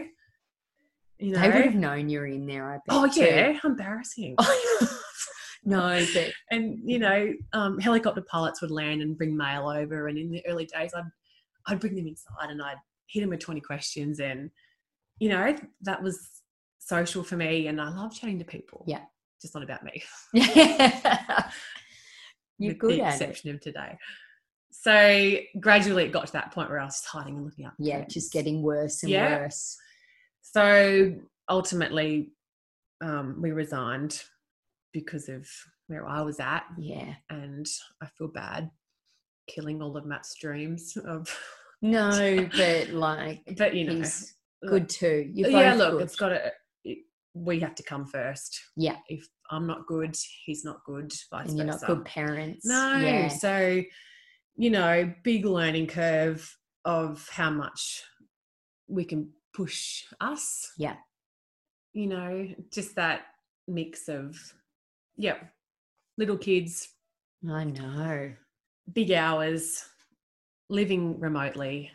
[SPEAKER 5] you know.
[SPEAKER 3] They would have known you were in there, I bet.
[SPEAKER 5] oh
[SPEAKER 3] too. [LAUGHS]
[SPEAKER 5] yeah, [LAUGHS] embarrassing.
[SPEAKER 3] no, but
[SPEAKER 5] and you know, um, helicopter pilots would land and bring mail over, and in the early days, I'd I'd bring them inside and I'd hit them with twenty questions, and you know, that was social for me, and I love chatting to people.
[SPEAKER 3] Yeah.
[SPEAKER 5] just not about me.
[SPEAKER 3] [LAUGHS] you're
[SPEAKER 5] with
[SPEAKER 3] good
[SPEAKER 5] the
[SPEAKER 3] at it.
[SPEAKER 5] exception of today. So gradually, it got to that point where I was just hiding and looking up. the
[SPEAKER 3] Yeah,
[SPEAKER 5] curtains.
[SPEAKER 3] just getting worse and
[SPEAKER 5] Yeah.
[SPEAKER 3] worse.
[SPEAKER 5] So ultimately, um, we resigned because of where I was at,
[SPEAKER 3] Yeah.
[SPEAKER 5] and I feel bad killing all of [LAUGHS] Matt's dreams of,
[SPEAKER 3] No, [LAUGHS] but like,
[SPEAKER 5] but you know,
[SPEAKER 3] he's good too. You're both
[SPEAKER 5] yeah, look,
[SPEAKER 3] good.
[SPEAKER 5] it's got to. We have to come first.
[SPEAKER 3] Yeah.
[SPEAKER 5] If I'm not good, he's not good. Vice
[SPEAKER 3] and you're not
[SPEAKER 5] versa.
[SPEAKER 3] good parents.
[SPEAKER 5] No.
[SPEAKER 3] Yeah.
[SPEAKER 5] So, you know, big learning curve of how much we can push us.
[SPEAKER 3] Yeah.
[SPEAKER 5] You know, just that mix of, yeah, little kids,
[SPEAKER 3] I know.
[SPEAKER 5] big hours, living remotely,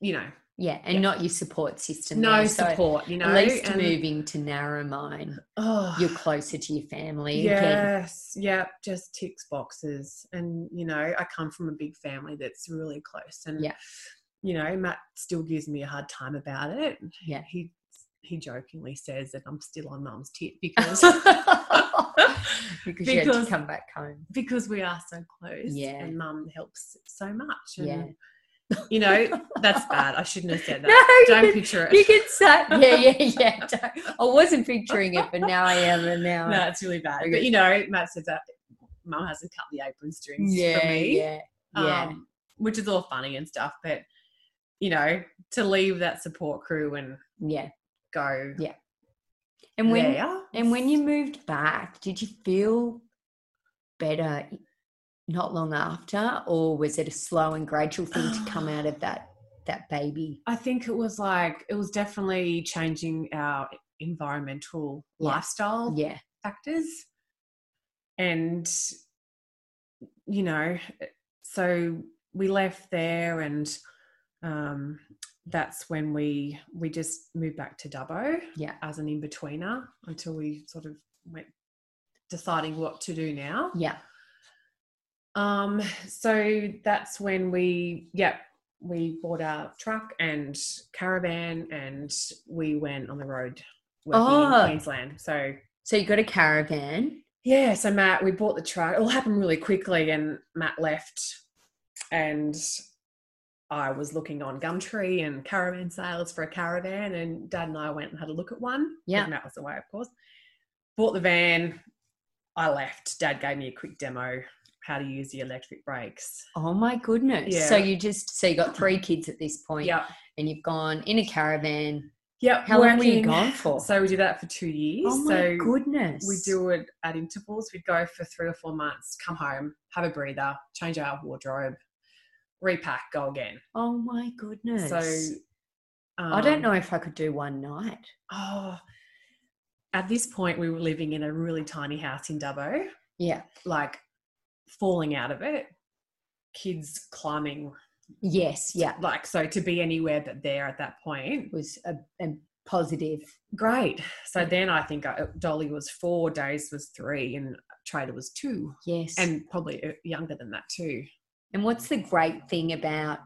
[SPEAKER 5] you know,
[SPEAKER 3] Yeah, and
[SPEAKER 5] Yeah.
[SPEAKER 3] not your support system.
[SPEAKER 5] no
[SPEAKER 3] there. So
[SPEAKER 5] support, you know.
[SPEAKER 3] At least
[SPEAKER 5] and-
[SPEAKER 3] moving to Narromine,
[SPEAKER 5] [SIGHS] Oh,
[SPEAKER 3] you're closer to your family.
[SPEAKER 5] [SIGHS]
[SPEAKER 3] again.
[SPEAKER 5] Yes, yep, just ticks boxes. And, you know, I come from a big family that's really close. And,
[SPEAKER 3] Yeah.
[SPEAKER 5] you know, Matt still gives me a hard time about it.
[SPEAKER 3] Yeah.
[SPEAKER 5] He he jokingly says that I'm still on mum's
[SPEAKER 3] [LAUGHS]
[SPEAKER 5] tit because
[SPEAKER 3] because you had to
[SPEAKER 5] Because-
[SPEAKER 3] come back
[SPEAKER 5] [LAUGHS]
[SPEAKER 3] home.
[SPEAKER 5] because we are so close.
[SPEAKER 3] Yeah.
[SPEAKER 5] And mum helps so much. And, you
[SPEAKER 3] [LAUGHS]
[SPEAKER 5] know, that's bad. I shouldn't have said
[SPEAKER 3] No,
[SPEAKER 5] that.
[SPEAKER 3] [LAUGHS] you
[SPEAKER 5] Don't
[SPEAKER 3] can,
[SPEAKER 5] picture
[SPEAKER 3] you
[SPEAKER 5] it.
[SPEAKER 3] can say, [LAUGHS] yeah, yeah,
[SPEAKER 5] [LAUGHS]
[SPEAKER 3] yeah. don't- I wasn't picturing it, but now I am, and now.
[SPEAKER 5] No, it's really bad. But,
[SPEAKER 3] Okay.
[SPEAKER 5] you know, Matt says that mum hasn't cut the apron strings for
[SPEAKER 3] yeah,
[SPEAKER 5] me.
[SPEAKER 3] yeah, yeah.
[SPEAKER 5] um, which is all funny and stuff. But you know, to leave that support crew and
[SPEAKER 3] yeah.
[SPEAKER 5] go
[SPEAKER 3] Yeah. And when
[SPEAKER 5] there,
[SPEAKER 3] and when you moved back, did you feel better not long after, or was it a slow and gradual thing to
[SPEAKER 5] [SIGHS]
[SPEAKER 3] come out of that that baby?
[SPEAKER 5] I think it was like it was definitely changing our environmental
[SPEAKER 3] Yeah.
[SPEAKER 5] lifestyle
[SPEAKER 3] Yeah,
[SPEAKER 5] factors, and you know, so we left there and. Um, that's when we we just moved back to Dubbo.
[SPEAKER 3] yeah,
[SPEAKER 5] as an in betweener until we sort of went deciding what to do now.
[SPEAKER 3] yeah.
[SPEAKER 5] Um, so that's when we, yeah, we bought our truck and caravan and we went on the road working
[SPEAKER 3] Oh.
[SPEAKER 5] in Queensland. So
[SPEAKER 3] So you got a caravan.
[SPEAKER 5] yeah, so Matt, we bought the truck. It all happened really quickly, and Matt left, and I was looking on Gumtree and caravan sales for a caravan, and Dad and I went and had a look at one. 'cause
[SPEAKER 3] Yeah.
[SPEAKER 5] Matt was away, of course. Bought the van. I left. Dad gave me a quick demo how to use the electric brakes.
[SPEAKER 3] Oh my goodness!
[SPEAKER 5] Yeah.
[SPEAKER 3] So you just so you got three kids at this point,
[SPEAKER 5] Yep.
[SPEAKER 3] and you've gone in a caravan.
[SPEAKER 5] Yep.
[SPEAKER 3] How long were you
[SPEAKER 5] working. [LAUGHS]
[SPEAKER 3] gone for?
[SPEAKER 5] So we did that for two years.
[SPEAKER 3] oh my
[SPEAKER 5] so
[SPEAKER 3] goodness!
[SPEAKER 5] we do it at intervals. We'd go for three or four months, come home, have a breather, change our wardrobe, repack, go again.
[SPEAKER 3] Oh my goodness!
[SPEAKER 5] So um,
[SPEAKER 3] I don't know if I could do one night.
[SPEAKER 5] Oh, at this point, we were living in a really tiny house in Dubbo,
[SPEAKER 3] Yeah,
[SPEAKER 5] like falling out of it, kids climbing,
[SPEAKER 3] yes, yeah.
[SPEAKER 5] like so to be anywhere but there at that point.
[SPEAKER 3] was a, a positive.
[SPEAKER 5] Great. So then I think I, Dolly was four, Days was three, and Trader was two,
[SPEAKER 3] Yes. And,
[SPEAKER 5] and probably uh, younger than that too.
[SPEAKER 3] and what's the great thing about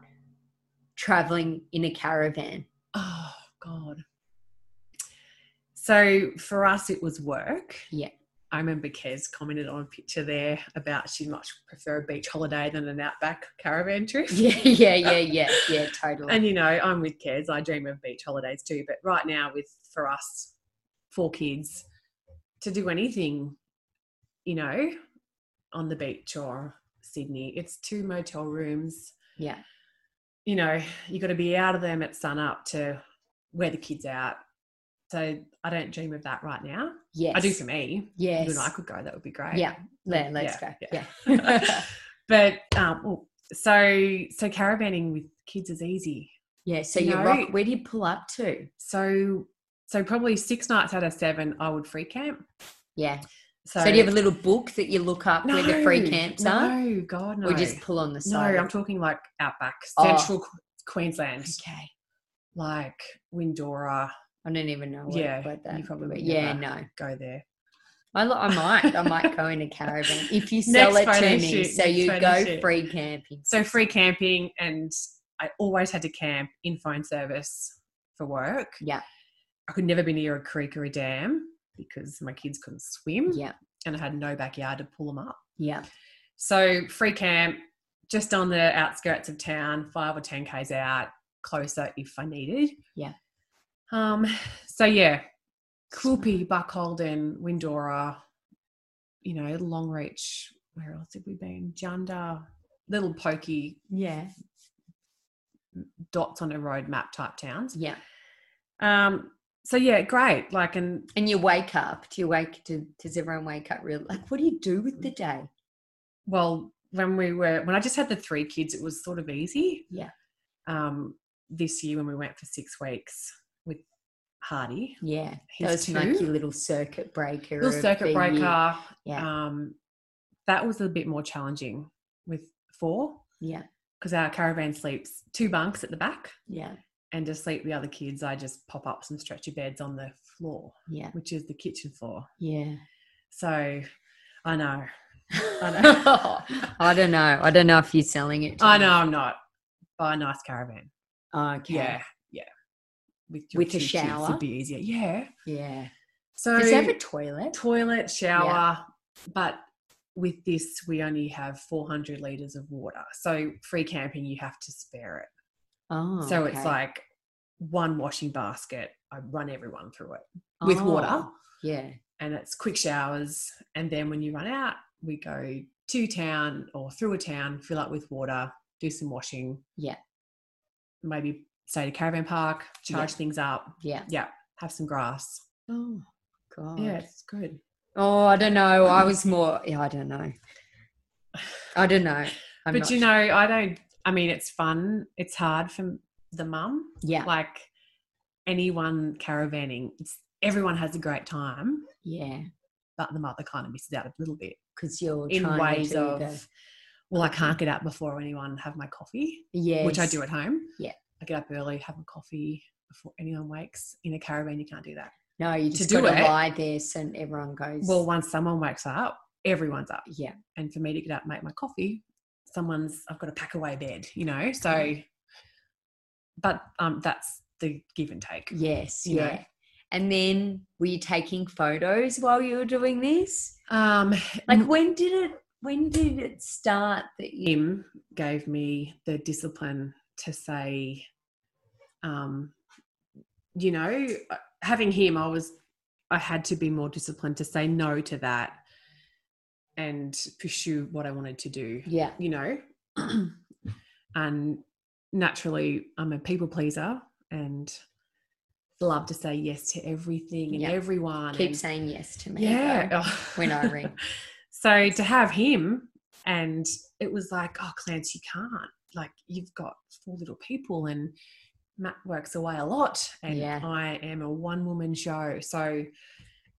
[SPEAKER 3] traveling in a caravan? [LAUGHS]
[SPEAKER 5] Oh God. So for us, it was work.
[SPEAKER 3] Yeah.
[SPEAKER 5] I remember Kez commented on a picture there about she'd much prefer a beach holiday than an outback caravan trip.
[SPEAKER 3] Yeah, yeah, yeah, yeah, yeah, totally.
[SPEAKER 5] And you know, I'm with Kez. I dream of beach holidays too. But right now, with for us, four kids, to do anything, you know, on the beach or Sydney, it's two motel rooms.
[SPEAKER 3] yeah,
[SPEAKER 5] you know, you got to be out of them at sunup to wear the kids out. So I don't dream of that right now.
[SPEAKER 3] yes.
[SPEAKER 5] I do for me.
[SPEAKER 3] Yes.
[SPEAKER 5] You and I could go. That would be great.
[SPEAKER 3] Yeah, let, let's
[SPEAKER 5] Yeah,
[SPEAKER 3] go. Yeah. [LAUGHS]
[SPEAKER 5] yeah. [LAUGHS] But um, oh, so so caravanning with kids is easy.
[SPEAKER 3] Yeah, so
[SPEAKER 5] You
[SPEAKER 3] you
[SPEAKER 5] know-
[SPEAKER 3] rock, where do you pull up to?
[SPEAKER 5] So so probably six nights out of seven, I would free camp.
[SPEAKER 3] Yeah.
[SPEAKER 5] So,
[SPEAKER 3] So, do you have a little book that you look up where the free
[SPEAKER 5] No,
[SPEAKER 3] camps
[SPEAKER 5] no,
[SPEAKER 3] are?
[SPEAKER 5] God no.
[SPEAKER 3] Or just pull on the
[SPEAKER 5] no.
[SPEAKER 3] side?
[SPEAKER 5] I'm talking like outback,
[SPEAKER 3] Oh.
[SPEAKER 5] central Qu- Queensland,
[SPEAKER 3] okay.
[SPEAKER 5] like Windora.
[SPEAKER 3] I don't even know what,
[SPEAKER 5] Yeah,
[SPEAKER 3] what that
[SPEAKER 5] you probably
[SPEAKER 3] but
[SPEAKER 5] would
[SPEAKER 3] Yeah,
[SPEAKER 5] never.
[SPEAKER 3] no.
[SPEAKER 5] Go there.
[SPEAKER 3] I, lo- I might. I might go in a caravan if you sell
[SPEAKER 5] [LAUGHS] Next
[SPEAKER 3] it to
[SPEAKER 5] photo
[SPEAKER 3] me.
[SPEAKER 5] shoot,
[SPEAKER 3] So
[SPEAKER 5] next
[SPEAKER 3] you
[SPEAKER 5] photo
[SPEAKER 3] go
[SPEAKER 5] shoot.
[SPEAKER 3] free camping.
[SPEAKER 5] so free camping and i always had to camp in phone service for work
[SPEAKER 3] Yeah.
[SPEAKER 5] i could never be near a creek or a dam because my kids couldn't swim
[SPEAKER 3] Yeah,
[SPEAKER 5] and i had no backyard to pull them up
[SPEAKER 3] yeah.
[SPEAKER 5] so free camp just on the outskirts of town five or ten k's out closer if i needed
[SPEAKER 3] Yeah.
[SPEAKER 5] um so yeah Coolpie, buckholden windora you know longreach where else have we been junda little pokey
[SPEAKER 3] Yeah.
[SPEAKER 5] dots on a road map type towns.
[SPEAKER 3] Yeah.
[SPEAKER 5] Um, so yeah, great. Like, and
[SPEAKER 3] And you wake up. Do you wake? Do, does everyone wake up real? Like, what do you do with the day?
[SPEAKER 5] well, when we were when I just had the three kids, it was sort of easy.
[SPEAKER 3] Yeah.
[SPEAKER 5] Um, this year when we went for six weeks with Hardy,
[SPEAKER 3] Yeah,
[SPEAKER 5] He's
[SPEAKER 3] that was
[SPEAKER 5] two.
[SPEAKER 3] like your little circuit breaker.
[SPEAKER 5] little
[SPEAKER 3] of
[SPEAKER 5] circuit
[SPEAKER 3] the
[SPEAKER 5] breaker.
[SPEAKER 3] year. Yeah.
[SPEAKER 5] Um, that was a bit more challenging with four
[SPEAKER 3] Yeah,
[SPEAKER 5] because our caravan sleeps two bunks at the back,
[SPEAKER 3] yeah,
[SPEAKER 5] and to sleep the other kids, I just pop up some stretcher beds on the floor,
[SPEAKER 3] yeah,
[SPEAKER 5] which is the kitchen floor.
[SPEAKER 3] yeah.
[SPEAKER 5] So I know, I know.
[SPEAKER 3] [LAUGHS] I don't know. I don't know if you're selling it. To
[SPEAKER 5] I
[SPEAKER 3] me.
[SPEAKER 5] know I'm not, but a nice caravan.
[SPEAKER 3] Oh, Okay.
[SPEAKER 5] Yeah, yeah. your
[SPEAKER 3] With a
[SPEAKER 5] two kids,
[SPEAKER 3] shower?
[SPEAKER 5] it'd be easier. Yeah.
[SPEAKER 3] Yeah.
[SPEAKER 5] So
[SPEAKER 3] Does it have a toilet?
[SPEAKER 5] toilet, shower, but with this we only have 400 liters of water. So free camping, you have to spare it.
[SPEAKER 3] Oh,
[SPEAKER 5] so it's
[SPEAKER 3] okay.
[SPEAKER 5] like one washing basket. I run everyone through it with water,
[SPEAKER 3] Oh, Yeah.
[SPEAKER 5] and it's quick showers. And then when you run out, we go to town or through a town, fill up with water, do some washing.
[SPEAKER 3] Yeah.
[SPEAKER 5] Maybe stay at a caravan park, charge
[SPEAKER 3] Yeah.
[SPEAKER 5] things up,
[SPEAKER 3] Yeah.
[SPEAKER 5] have some grass.
[SPEAKER 3] Oh God.
[SPEAKER 5] Yeah, it's good.
[SPEAKER 3] Oh, I don't know. I was more. Yeah, I don't know. I don't know. I'm
[SPEAKER 5] but
[SPEAKER 3] not
[SPEAKER 5] you
[SPEAKER 3] sure.
[SPEAKER 5] know, I don't. I mean, it's fun. It's hard for the mum.
[SPEAKER 3] Yeah.
[SPEAKER 5] Like anyone caravanning, it's, everyone has a great time,
[SPEAKER 3] Yeah.
[SPEAKER 5] but the mother kind of misses out a little bit
[SPEAKER 3] Because you're
[SPEAKER 5] in
[SPEAKER 3] trying
[SPEAKER 5] ways
[SPEAKER 3] to do
[SPEAKER 5] of,
[SPEAKER 3] the-
[SPEAKER 5] well,
[SPEAKER 3] Mm-hmm.
[SPEAKER 5] I can't get up before anyone have my coffee,
[SPEAKER 3] yes.
[SPEAKER 5] which I do at home.
[SPEAKER 3] Yeah.
[SPEAKER 5] I get up early, have a coffee before anyone wakes. In a caravan, you can't do that.
[SPEAKER 3] No, you
[SPEAKER 5] to
[SPEAKER 3] just
[SPEAKER 5] do
[SPEAKER 3] got to
[SPEAKER 5] it.
[SPEAKER 3] lie there, so everyone goes.
[SPEAKER 5] Well, once someone wakes up, everyone's up.
[SPEAKER 3] yeah.
[SPEAKER 5] And for me to get up and make my coffee, someone's I've got a pack away bed, you know. So, but um, that's the give and take.
[SPEAKER 3] Yes.
[SPEAKER 5] you know.
[SPEAKER 3] Yeah. And then were you taking photos while you were doing this?
[SPEAKER 5] Um,
[SPEAKER 3] Like when did it when did it start that you
[SPEAKER 5] Im gave me the discipline to say, um, you know, uh, having him, I was, I had to be more disciplined to say no to that and pursue what I wanted to do,
[SPEAKER 3] Yeah.
[SPEAKER 5] you know. [CLEARS THROAT] and naturally, I'm a people pleaser and love to say yes to everything and
[SPEAKER 3] Yeah.
[SPEAKER 5] everyone.
[SPEAKER 3] Keep
[SPEAKER 5] and-
[SPEAKER 3] saying yes to me. though.
[SPEAKER 5] [LAUGHS] yeah
[SPEAKER 3] when I ring.
[SPEAKER 5] so to have him and it was like oh Clance you can't like you've got four little people and Matt works away a lot and
[SPEAKER 3] Yeah.
[SPEAKER 5] I am a one woman show so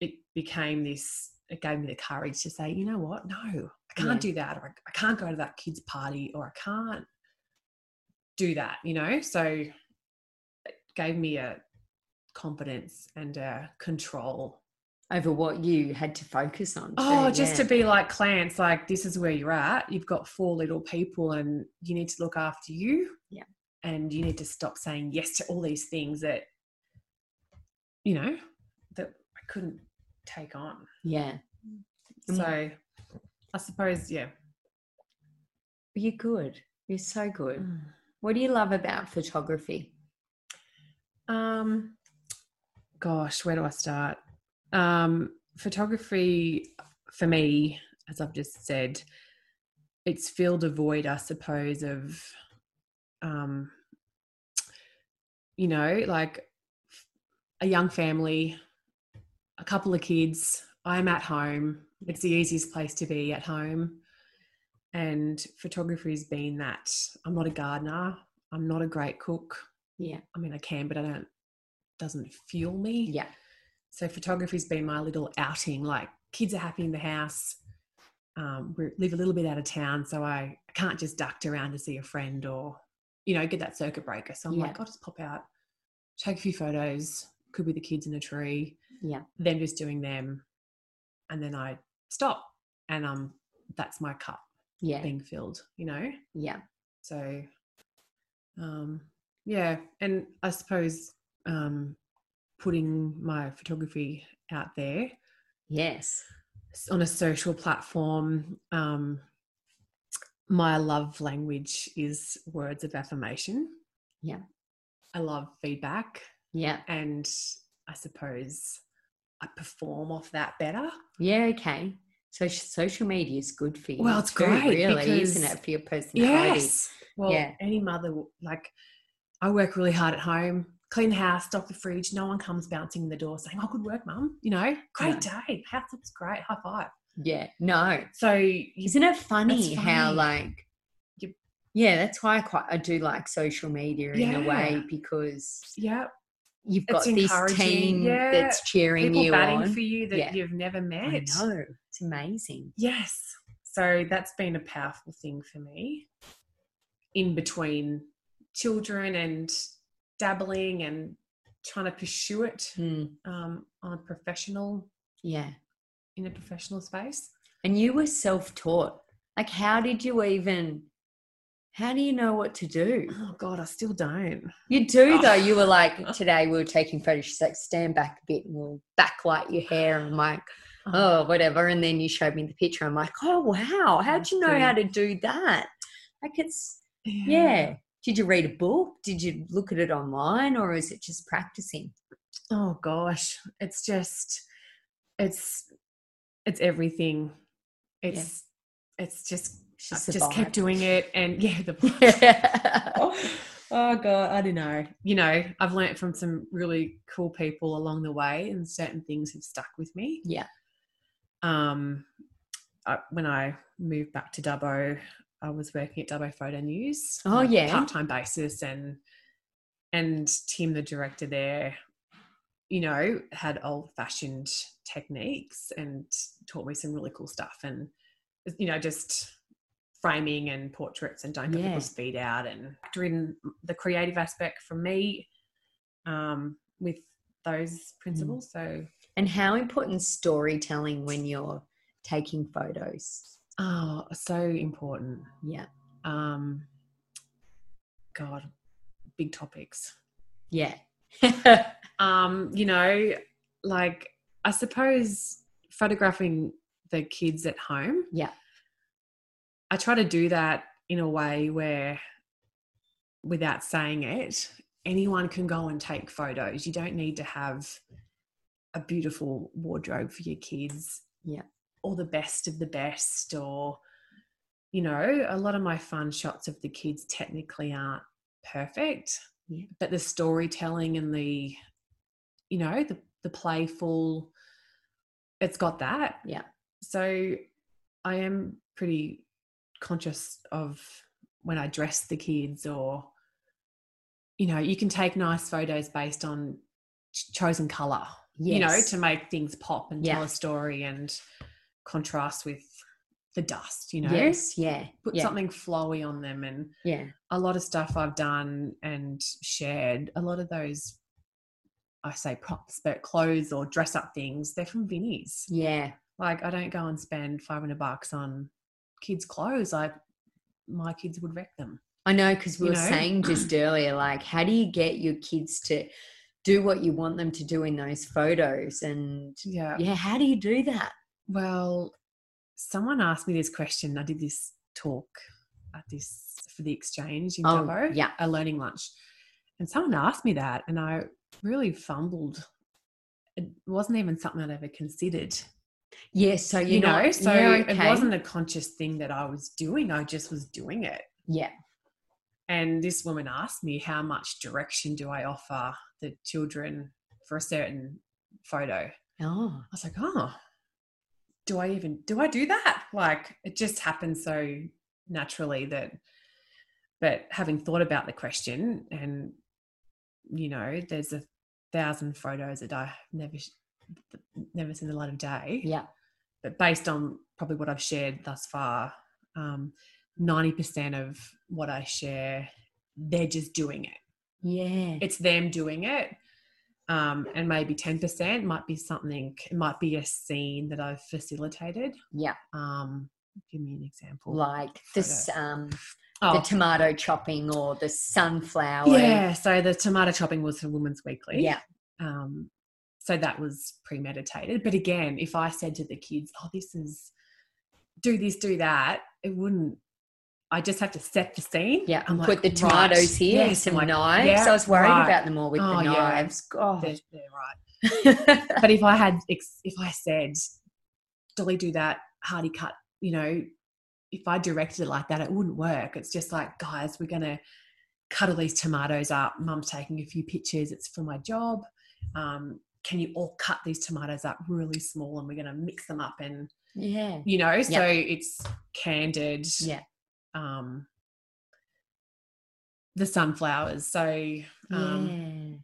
[SPEAKER 5] it became this it gave me the courage to say you know what no I can't do that or I, I can't go to that kid's party or I can't do that you know so it gave me a confidence and a control
[SPEAKER 3] Over what you had to focus on. too,
[SPEAKER 5] Oh, just
[SPEAKER 3] yeah.
[SPEAKER 5] to be like Clance, like this is where you're at. You've got four little people and you need to look after you.
[SPEAKER 3] Yeah.
[SPEAKER 5] And you need to stop saying yes to all these things that, you know, that I couldn't take on.
[SPEAKER 3] Yeah. And
[SPEAKER 5] So I suppose, yeah.
[SPEAKER 3] You're good. You're so good. Mm. What do you love about photography?
[SPEAKER 5] Um, gosh, where do I start? Um, photography for me, as I've just said, it's filled a void, I suppose, of, um, you know, like a young family, a couple of kids. I'm at home. It's the easiest place to be at home. And photography has been that. I'm not a gardener. I'm not a great cook.
[SPEAKER 3] Yeah.
[SPEAKER 5] I mean, I can, but I don't, doesn't fuel me.
[SPEAKER 3] Yeah.
[SPEAKER 5] So photography's been my little outing. Like kids are happy in the house. Um, we live a little bit out of town, so I, I can't just duck around to see a friend or, you know, get that circuit breaker. So I'm
[SPEAKER 3] Yeah.
[SPEAKER 5] like, I'll just pop out, take a few photos. Could be the kids in a tree.
[SPEAKER 3] Yeah.
[SPEAKER 5] Them just doing them, and then I stop, and um, that's my cup
[SPEAKER 3] Yeah.
[SPEAKER 5] being filled. You know.
[SPEAKER 3] Yeah.
[SPEAKER 5] So, um, yeah, and I suppose um, putting my photography out there
[SPEAKER 3] Yes.
[SPEAKER 5] s- on a social platform. Um, my love language is words of affirmation.
[SPEAKER 3] Yeah.
[SPEAKER 5] I love feedback,
[SPEAKER 3] Yeah.
[SPEAKER 5] and I suppose I perform off that better.
[SPEAKER 3] Yeah. Okay. So sh- social media is good for you.
[SPEAKER 5] Well, it's
[SPEAKER 3] too,
[SPEAKER 5] great
[SPEAKER 3] really, isn't
[SPEAKER 5] because-
[SPEAKER 3] it, for your personality?
[SPEAKER 5] Yes. Well,
[SPEAKER 3] Yeah.
[SPEAKER 5] any mother, will- like, I work really hard at home. clean the house, stock the fridge. No one comes bouncing in the door saying, "Oh, good work, mum." You know, great day. House looks great. High five.
[SPEAKER 3] Yeah. No.
[SPEAKER 5] So you,
[SPEAKER 3] Isn't it funny
[SPEAKER 5] That's
[SPEAKER 3] how
[SPEAKER 5] funny.
[SPEAKER 3] like
[SPEAKER 5] You-
[SPEAKER 3] yeah, that's why I quite I do like social media in a way
[SPEAKER 5] Yeah.
[SPEAKER 3] because
[SPEAKER 5] yeah,
[SPEAKER 3] you've
[SPEAKER 5] It's
[SPEAKER 3] got this
[SPEAKER 5] encouraging,
[SPEAKER 3] team
[SPEAKER 5] yeah.
[SPEAKER 3] that's cheering
[SPEAKER 5] people
[SPEAKER 3] you
[SPEAKER 5] batting
[SPEAKER 3] on.
[SPEAKER 5] for you that
[SPEAKER 3] Yeah.
[SPEAKER 5] you've never
[SPEAKER 3] I
[SPEAKER 5] met.
[SPEAKER 3] know. It's amazing.
[SPEAKER 5] Yes. So that's been a powerful thing for me in between children and dabbling and trying to pursue it
[SPEAKER 3] Mm,
[SPEAKER 5] um, on a professional
[SPEAKER 3] yeah.
[SPEAKER 5] in a professional space.
[SPEAKER 3] And you were self-taught. Like how did you even how do you know what to do?
[SPEAKER 5] Oh God, I still don't.
[SPEAKER 3] You do
[SPEAKER 5] Oh.
[SPEAKER 3] though. You were like today we were taking photos. She's like, stand back a bit and we'll backlight your hair. I'm like, oh, whatever. And then you showed me the picture. I'm like, oh wow, how'd you know how to do that? Like it's yeah. Did you read a book? Did you look at it online or is it just practicing?
[SPEAKER 5] Oh gosh, it's just it's it's everything. It's it's just
[SPEAKER 3] She
[SPEAKER 5] I
[SPEAKER 3] survived.
[SPEAKER 5] just kept doing it and yeah, the
[SPEAKER 3] [LAUGHS] Yeah.
[SPEAKER 5] oh god i don't know you know i've learnt from some really cool people along the way and certain things have stuck with me
[SPEAKER 3] Yeah.
[SPEAKER 5] um I, when i moved back to dubbo i was working at dubbo photo news
[SPEAKER 3] Oh,
[SPEAKER 5] on a
[SPEAKER 3] yeah.
[SPEAKER 5] part-time basis and and tim the director there you know had old-fashioned techniques and taught me some really cool stuff and you know just framing and portraits and don't get
[SPEAKER 3] Yeah.
[SPEAKER 5] people's feet out and factor in the creative aspect from me um, with those principles. So,
[SPEAKER 3] and how important storytelling when you're taking photos.
[SPEAKER 5] oh, so important.
[SPEAKER 3] Yeah.
[SPEAKER 5] Um, God, big topics.
[SPEAKER 3] Yeah. [LAUGHS]
[SPEAKER 5] Um, you know, like I suppose photographing the kids at home.
[SPEAKER 3] Yeah.
[SPEAKER 5] I try to do that in a way where without saying it, anyone can go and take photos. You don't need to have a beautiful wardrobe for your kids.
[SPEAKER 3] Yeah.
[SPEAKER 5] Or the best of the best or you know, a lot of my fun shots of the kids technically aren't perfect,
[SPEAKER 3] Yeah.
[SPEAKER 5] but the storytelling and the you know, the the playful it's got that.
[SPEAKER 3] Yeah.
[SPEAKER 5] So I am pretty conscious of when I dress the kids or you know, you can take nice photos based on ch- chosen color, you know,
[SPEAKER 3] Yes.
[SPEAKER 5] to make things pop and tell
[SPEAKER 3] Yeah.
[SPEAKER 5] a story and contrast with the dust, you know.
[SPEAKER 3] Yes. Yeah.
[SPEAKER 5] Put
[SPEAKER 3] yeah.
[SPEAKER 5] something flowy on them and
[SPEAKER 3] Yeah.
[SPEAKER 5] a lot of stuff I've done and shared, a lot of those I say props, but clothes or dress up things, they're from Vinnie's.
[SPEAKER 3] Yeah.
[SPEAKER 5] Like I don't go and spend five hundred bucks on kids' clothes. I my kids would wreck them.
[SPEAKER 3] I know because we
[SPEAKER 5] You
[SPEAKER 3] were
[SPEAKER 5] know?
[SPEAKER 3] saying
[SPEAKER 5] [CLEARS THROAT]
[SPEAKER 3] just earlier, like, how do you get your kids to do what you want them to do in those photos? And
[SPEAKER 5] Yeah.
[SPEAKER 3] yeah, how do you do that?
[SPEAKER 5] Well, someone asked me this question. I did this talk at this for the exchange in
[SPEAKER 3] Oh,
[SPEAKER 5] Dubbo,
[SPEAKER 3] yeah.
[SPEAKER 5] a learning lunch, and someone asked me that, and I really fumbled. It wasn't even something I'd ever considered,
[SPEAKER 3] Yes. so
[SPEAKER 5] you,
[SPEAKER 3] you
[SPEAKER 5] know.
[SPEAKER 3] know,
[SPEAKER 5] So
[SPEAKER 3] yeah,
[SPEAKER 5] it
[SPEAKER 3] okay.
[SPEAKER 5] wasn't a conscious thing that I was doing. I just was doing it.
[SPEAKER 3] Yeah.
[SPEAKER 5] And this woman asked me, How much direction do I offer the children for a certain photo? I
[SPEAKER 3] Oh,
[SPEAKER 5] was like, Oh, do I even do I do that? Like it just happened so naturally that but having thought about the question and you know, there's a thousand photos that I never never seen the light of day
[SPEAKER 3] yeah.
[SPEAKER 5] but based on probably what I've shared thus far, um, 90% of what I share, they're just doing it.
[SPEAKER 3] Yeah.
[SPEAKER 5] It's them doing it. Um, and maybe 10% might be something, it might be a scene that I've facilitated.
[SPEAKER 3] Yeah.
[SPEAKER 5] Um, give me an example.
[SPEAKER 3] Like this, um, the
[SPEAKER 5] oh,
[SPEAKER 3] tomato chopping or the sunflower.
[SPEAKER 5] yeah. So the tomato chopping was for Women's Weekly.
[SPEAKER 3] Yeah.
[SPEAKER 5] Um, so that was premeditated. But again, if I said to the kids, oh, this is do this, do that, it wouldn't. I just have to set the scene.
[SPEAKER 3] Yeah. And
[SPEAKER 5] I'm like,
[SPEAKER 3] put the tomatoes
[SPEAKER 5] right,
[SPEAKER 3] here,
[SPEAKER 5] yes,
[SPEAKER 3] some
[SPEAKER 5] I'm like,
[SPEAKER 3] knives.
[SPEAKER 5] yeah,
[SPEAKER 3] I was worried
[SPEAKER 5] right.
[SPEAKER 3] about them all with
[SPEAKER 5] Oh,
[SPEAKER 3] the
[SPEAKER 5] yeah.
[SPEAKER 3] knives.
[SPEAKER 5] They're,
[SPEAKER 3] God. [LAUGHS]
[SPEAKER 5] they're right. But if I had, ex- if I said, Dolly, do that, Hardy cut, you know, if I directed it like that, it wouldn't work. It's just like, guys, we're going to cut all these tomatoes up. Mum's taking a few pictures. It's for my job. Um, can you all cut these tomatoes up really small and we're going to mix them up and
[SPEAKER 3] Yeah.
[SPEAKER 5] you know so it's candid
[SPEAKER 3] Yeah.
[SPEAKER 5] um the sunflowers so um
[SPEAKER 3] yeah.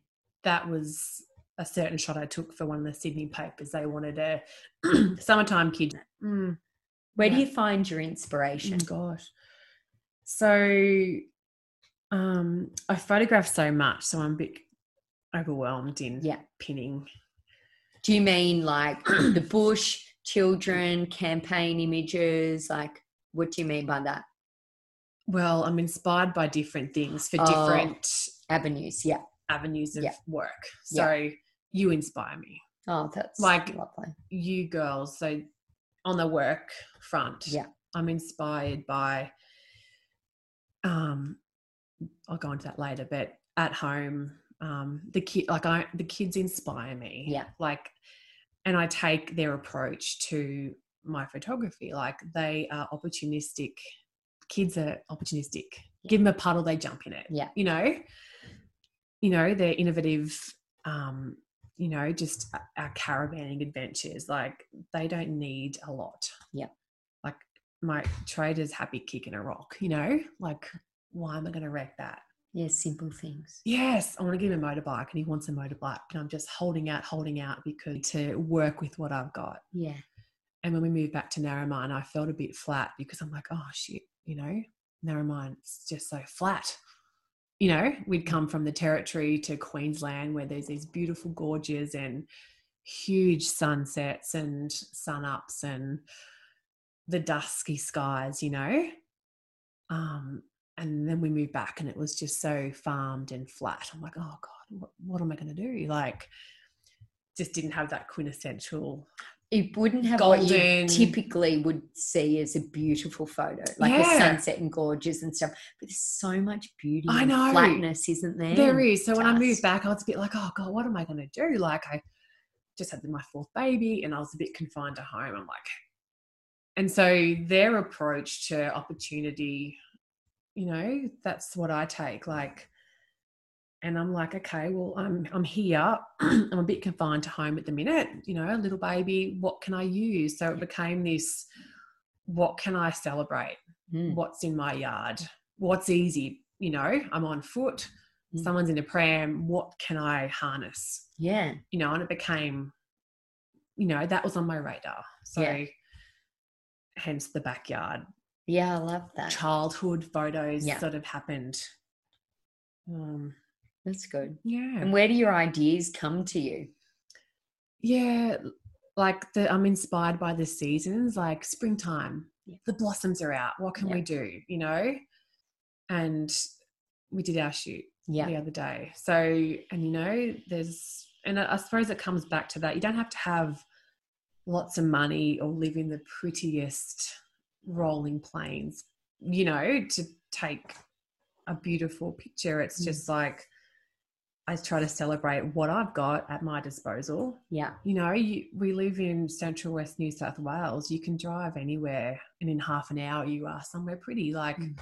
[SPEAKER 5] that was a certain shot I took for one of the Sydney papers. They wanted a [CLEARS THROAT] summertime kid. Mm,
[SPEAKER 3] Where do
[SPEAKER 5] yeah. Mm.
[SPEAKER 3] you find your inspiration?
[SPEAKER 5] gosh. So um, I photograph so much, so I'm a bit overwhelmed in
[SPEAKER 3] Yeah.
[SPEAKER 5] pinning.
[SPEAKER 3] Do you mean like
[SPEAKER 5] [CLEARS THROAT]
[SPEAKER 3] the bush, children, campaign images? Like, what do you mean by that?
[SPEAKER 5] Well, I'm inspired by different things for
[SPEAKER 3] Oh.
[SPEAKER 5] different
[SPEAKER 3] Avenues. Yeah.
[SPEAKER 5] avenues of
[SPEAKER 3] Yeah.
[SPEAKER 5] work.
[SPEAKER 3] Yeah.
[SPEAKER 5] So you inspire me.
[SPEAKER 3] Oh, that's
[SPEAKER 5] Like-
[SPEAKER 3] lovely.
[SPEAKER 5] you girls so on the work front
[SPEAKER 3] Yeah.
[SPEAKER 5] i'm inspired by um i'll go into that later but at home um the kid like i the kids inspire me
[SPEAKER 3] Yeah.
[SPEAKER 5] like and i take their approach to my photography like they are opportunistic kids are opportunistic give them a puddle they jump in it
[SPEAKER 3] Yeah.
[SPEAKER 5] you know you know they're innovative um you know just o- our caravanning adventures like they don't need a lot
[SPEAKER 3] Yeah.
[SPEAKER 5] like my trader's happy kicking a rock you know like why am i going to wreck that
[SPEAKER 3] Yeah, simple things.
[SPEAKER 5] yes i want to give him a motorbike and he wants a motorbike and i'm just holding out holding out because to work with what i've got
[SPEAKER 3] Yeah.
[SPEAKER 5] and when we moved back to Narromine, I felt a bit flat because I'm like, oh shit, you know, Narromine's just so flat. You know, we'd come from the territory to Queensland where there's these beautiful gorges and huge sunsets and sunups and the dusky skies, you know. Um, and then we moved back and it was just so farmed and flat. I'm like, oh God, what, what am I going to do? Like, just didn't have that quintessential
[SPEAKER 3] It wouldn't have what you
[SPEAKER 5] Golden.
[SPEAKER 3] typically would see as a beautiful photo, like the
[SPEAKER 5] Yeah.
[SPEAKER 3] sunset and gorges and stuff. But there's so much beauty
[SPEAKER 5] I
[SPEAKER 3] and
[SPEAKER 5] know.
[SPEAKER 3] flatness, isn't there?
[SPEAKER 5] There is. So when I moved
[SPEAKER 3] dust.
[SPEAKER 5] back, I was a bit like, oh God, what am I going to do? Like, I just had my fourth baby and I was a bit confined to home. I'm like, and so their approach to opportunity, you know, that's what I take. Like, and I'm like, okay, well, I'm I'm here. [CLEARS THROAT] I'm a bit confined to home at the minute, you know, a little baby. What can I use? So it became this: what can I celebrate?
[SPEAKER 3] Mm.
[SPEAKER 5] what's in my yard, what's easy. You know, I'm on foot,
[SPEAKER 3] Mm.
[SPEAKER 5] someone's in a pram, what can I harness?
[SPEAKER 3] Yeah.
[SPEAKER 5] You know, and it became, you know, that was on my radar. So,
[SPEAKER 3] Yeah.
[SPEAKER 5] hence the backyard,
[SPEAKER 3] Yeah, I love that.
[SPEAKER 5] childhood photos
[SPEAKER 3] Yeah.
[SPEAKER 5] sort of happened. Um,
[SPEAKER 3] That's good.
[SPEAKER 5] yeah.
[SPEAKER 3] And where do your ideas come to you?
[SPEAKER 5] yeah like the i'm inspired by the seasons like springtime
[SPEAKER 3] Yeah.
[SPEAKER 5] the blossoms are out what can
[SPEAKER 3] Yeah.
[SPEAKER 5] we do you know and we did our shoot
[SPEAKER 3] Yeah.
[SPEAKER 5] the other day so and you know there's and i I suppose it comes back to that you don't have to have lots of money or live in the prettiest rolling plains you know to take a beautiful picture it's
[SPEAKER 3] Mm.
[SPEAKER 5] just like i try to celebrate what i've got at my disposal
[SPEAKER 3] Yeah.
[SPEAKER 5] you know, you, we live in central west New South Wales. You can drive anywhere, and in half an hour, you are somewhere pretty. Like
[SPEAKER 3] Mm.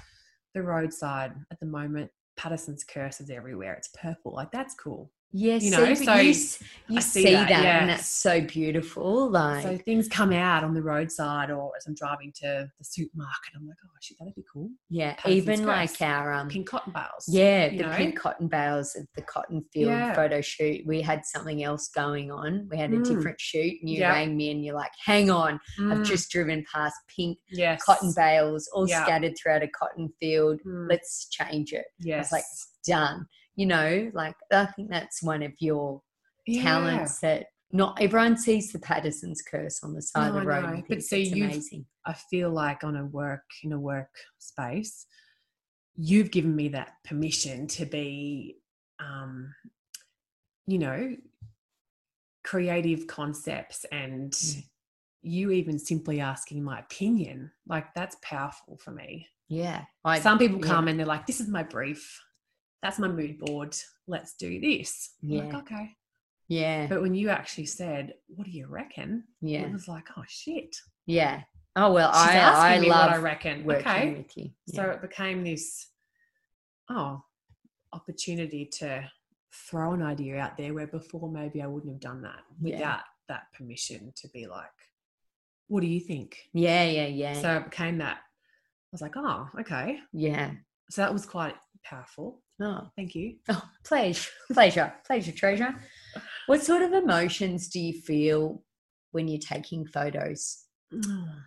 [SPEAKER 5] the roadside at the moment, Patterson's curse is everywhere. It's purple. Like that's cool.
[SPEAKER 3] Yeah,
[SPEAKER 5] You
[SPEAKER 3] see,
[SPEAKER 5] know,
[SPEAKER 3] but
[SPEAKER 5] so
[SPEAKER 3] you, s- you
[SPEAKER 5] I
[SPEAKER 3] see,
[SPEAKER 5] see
[SPEAKER 3] that,
[SPEAKER 5] that,
[SPEAKER 3] and
[SPEAKER 5] yeah.
[SPEAKER 3] that's so beautiful. Like,
[SPEAKER 5] So things come out on the roadside, or as I'm driving to the supermarket, I'm like, oh shit, that'd be cool.
[SPEAKER 3] yeah,
[SPEAKER 5] Patterson's
[SPEAKER 3] even like
[SPEAKER 5] Crest,
[SPEAKER 3] our um,
[SPEAKER 5] Pink cotton bales.
[SPEAKER 3] yeah,
[SPEAKER 5] you
[SPEAKER 3] the
[SPEAKER 5] know?
[SPEAKER 3] pink cotton bales at the cotton field
[SPEAKER 5] Yeah.
[SPEAKER 3] photo shoot. We had something else going on. We had a
[SPEAKER 5] Mm.
[SPEAKER 3] different shoot, and you
[SPEAKER 5] Yep.
[SPEAKER 3] rang me, and you're like, "Hang on, I've
[SPEAKER 5] Mm,
[SPEAKER 3] just driven past pink
[SPEAKER 5] yes.
[SPEAKER 3] cotton bales all
[SPEAKER 5] Yeah.
[SPEAKER 3] scattered throughout a cotton field.
[SPEAKER 5] Mm,
[SPEAKER 3] Let's change it."
[SPEAKER 5] yes.
[SPEAKER 3] like, Done. You know, like I think that's one of your
[SPEAKER 5] Yeah.
[SPEAKER 3] talents that not everyone sees the Patterson's curse on the side of
[SPEAKER 5] No,
[SPEAKER 3] the
[SPEAKER 5] I
[SPEAKER 3] road.
[SPEAKER 5] know,
[SPEAKER 3] and
[SPEAKER 5] but
[SPEAKER 3] thinks
[SPEAKER 5] see,
[SPEAKER 3] it's
[SPEAKER 5] you've-
[SPEAKER 3] amazing.
[SPEAKER 5] I feel like on a work in a work space, you've given me that permission to be, um, you know, creative concepts, and
[SPEAKER 3] Mm.
[SPEAKER 5] you even simply asking my opinion, like that's powerful for me.
[SPEAKER 3] Yeah. I-
[SPEAKER 5] Some people
[SPEAKER 3] yeah.
[SPEAKER 5] come and they're like, "This is my brief, that's my mood board. Let's do this." I'm
[SPEAKER 3] Yeah.
[SPEAKER 5] Like, okay,
[SPEAKER 3] Yeah.
[SPEAKER 5] but when you actually said, "What do you reckon?"
[SPEAKER 3] Yeah.
[SPEAKER 5] It was like, "Oh shit."
[SPEAKER 3] Yeah. Oh well,
[SPEAKER 5] She's
[SPEAKER 3] I
[SPEAKER 5] asking
[SPEAKER 3] I
[SPEAKER 5] me
[SPEAKER 3] love
[SPEAKER 5] what I reckon.
[SPEAKER 3] working
[SPEAKER 5] Okay.
[SPEAKER 3] with you.
[SPEAKER 5] So it became this, oh, opportunity to throw an idea out there where before maybe I wouldn't have done that
[SPEAKER 3] Yeah.
[SPEAKER 5] without that permission to be like, what do you think?
[SPEAKER 3] Yeah, yeah, yeah.
[SPEAKER 5] So it became that. I was like, oh, okay.
[SPEAKER 3] yeah.
[SPEAKER 5] So that was quite powerful.
[SPEAKER 3] Oh, [LAUGHS]
[SPEAKER 5] Thank you.
[SPEAKER 3] oh, pleasure, pleasure, pleasure, treasure. What sort of emotions do you feel when you're taking photos? Mm.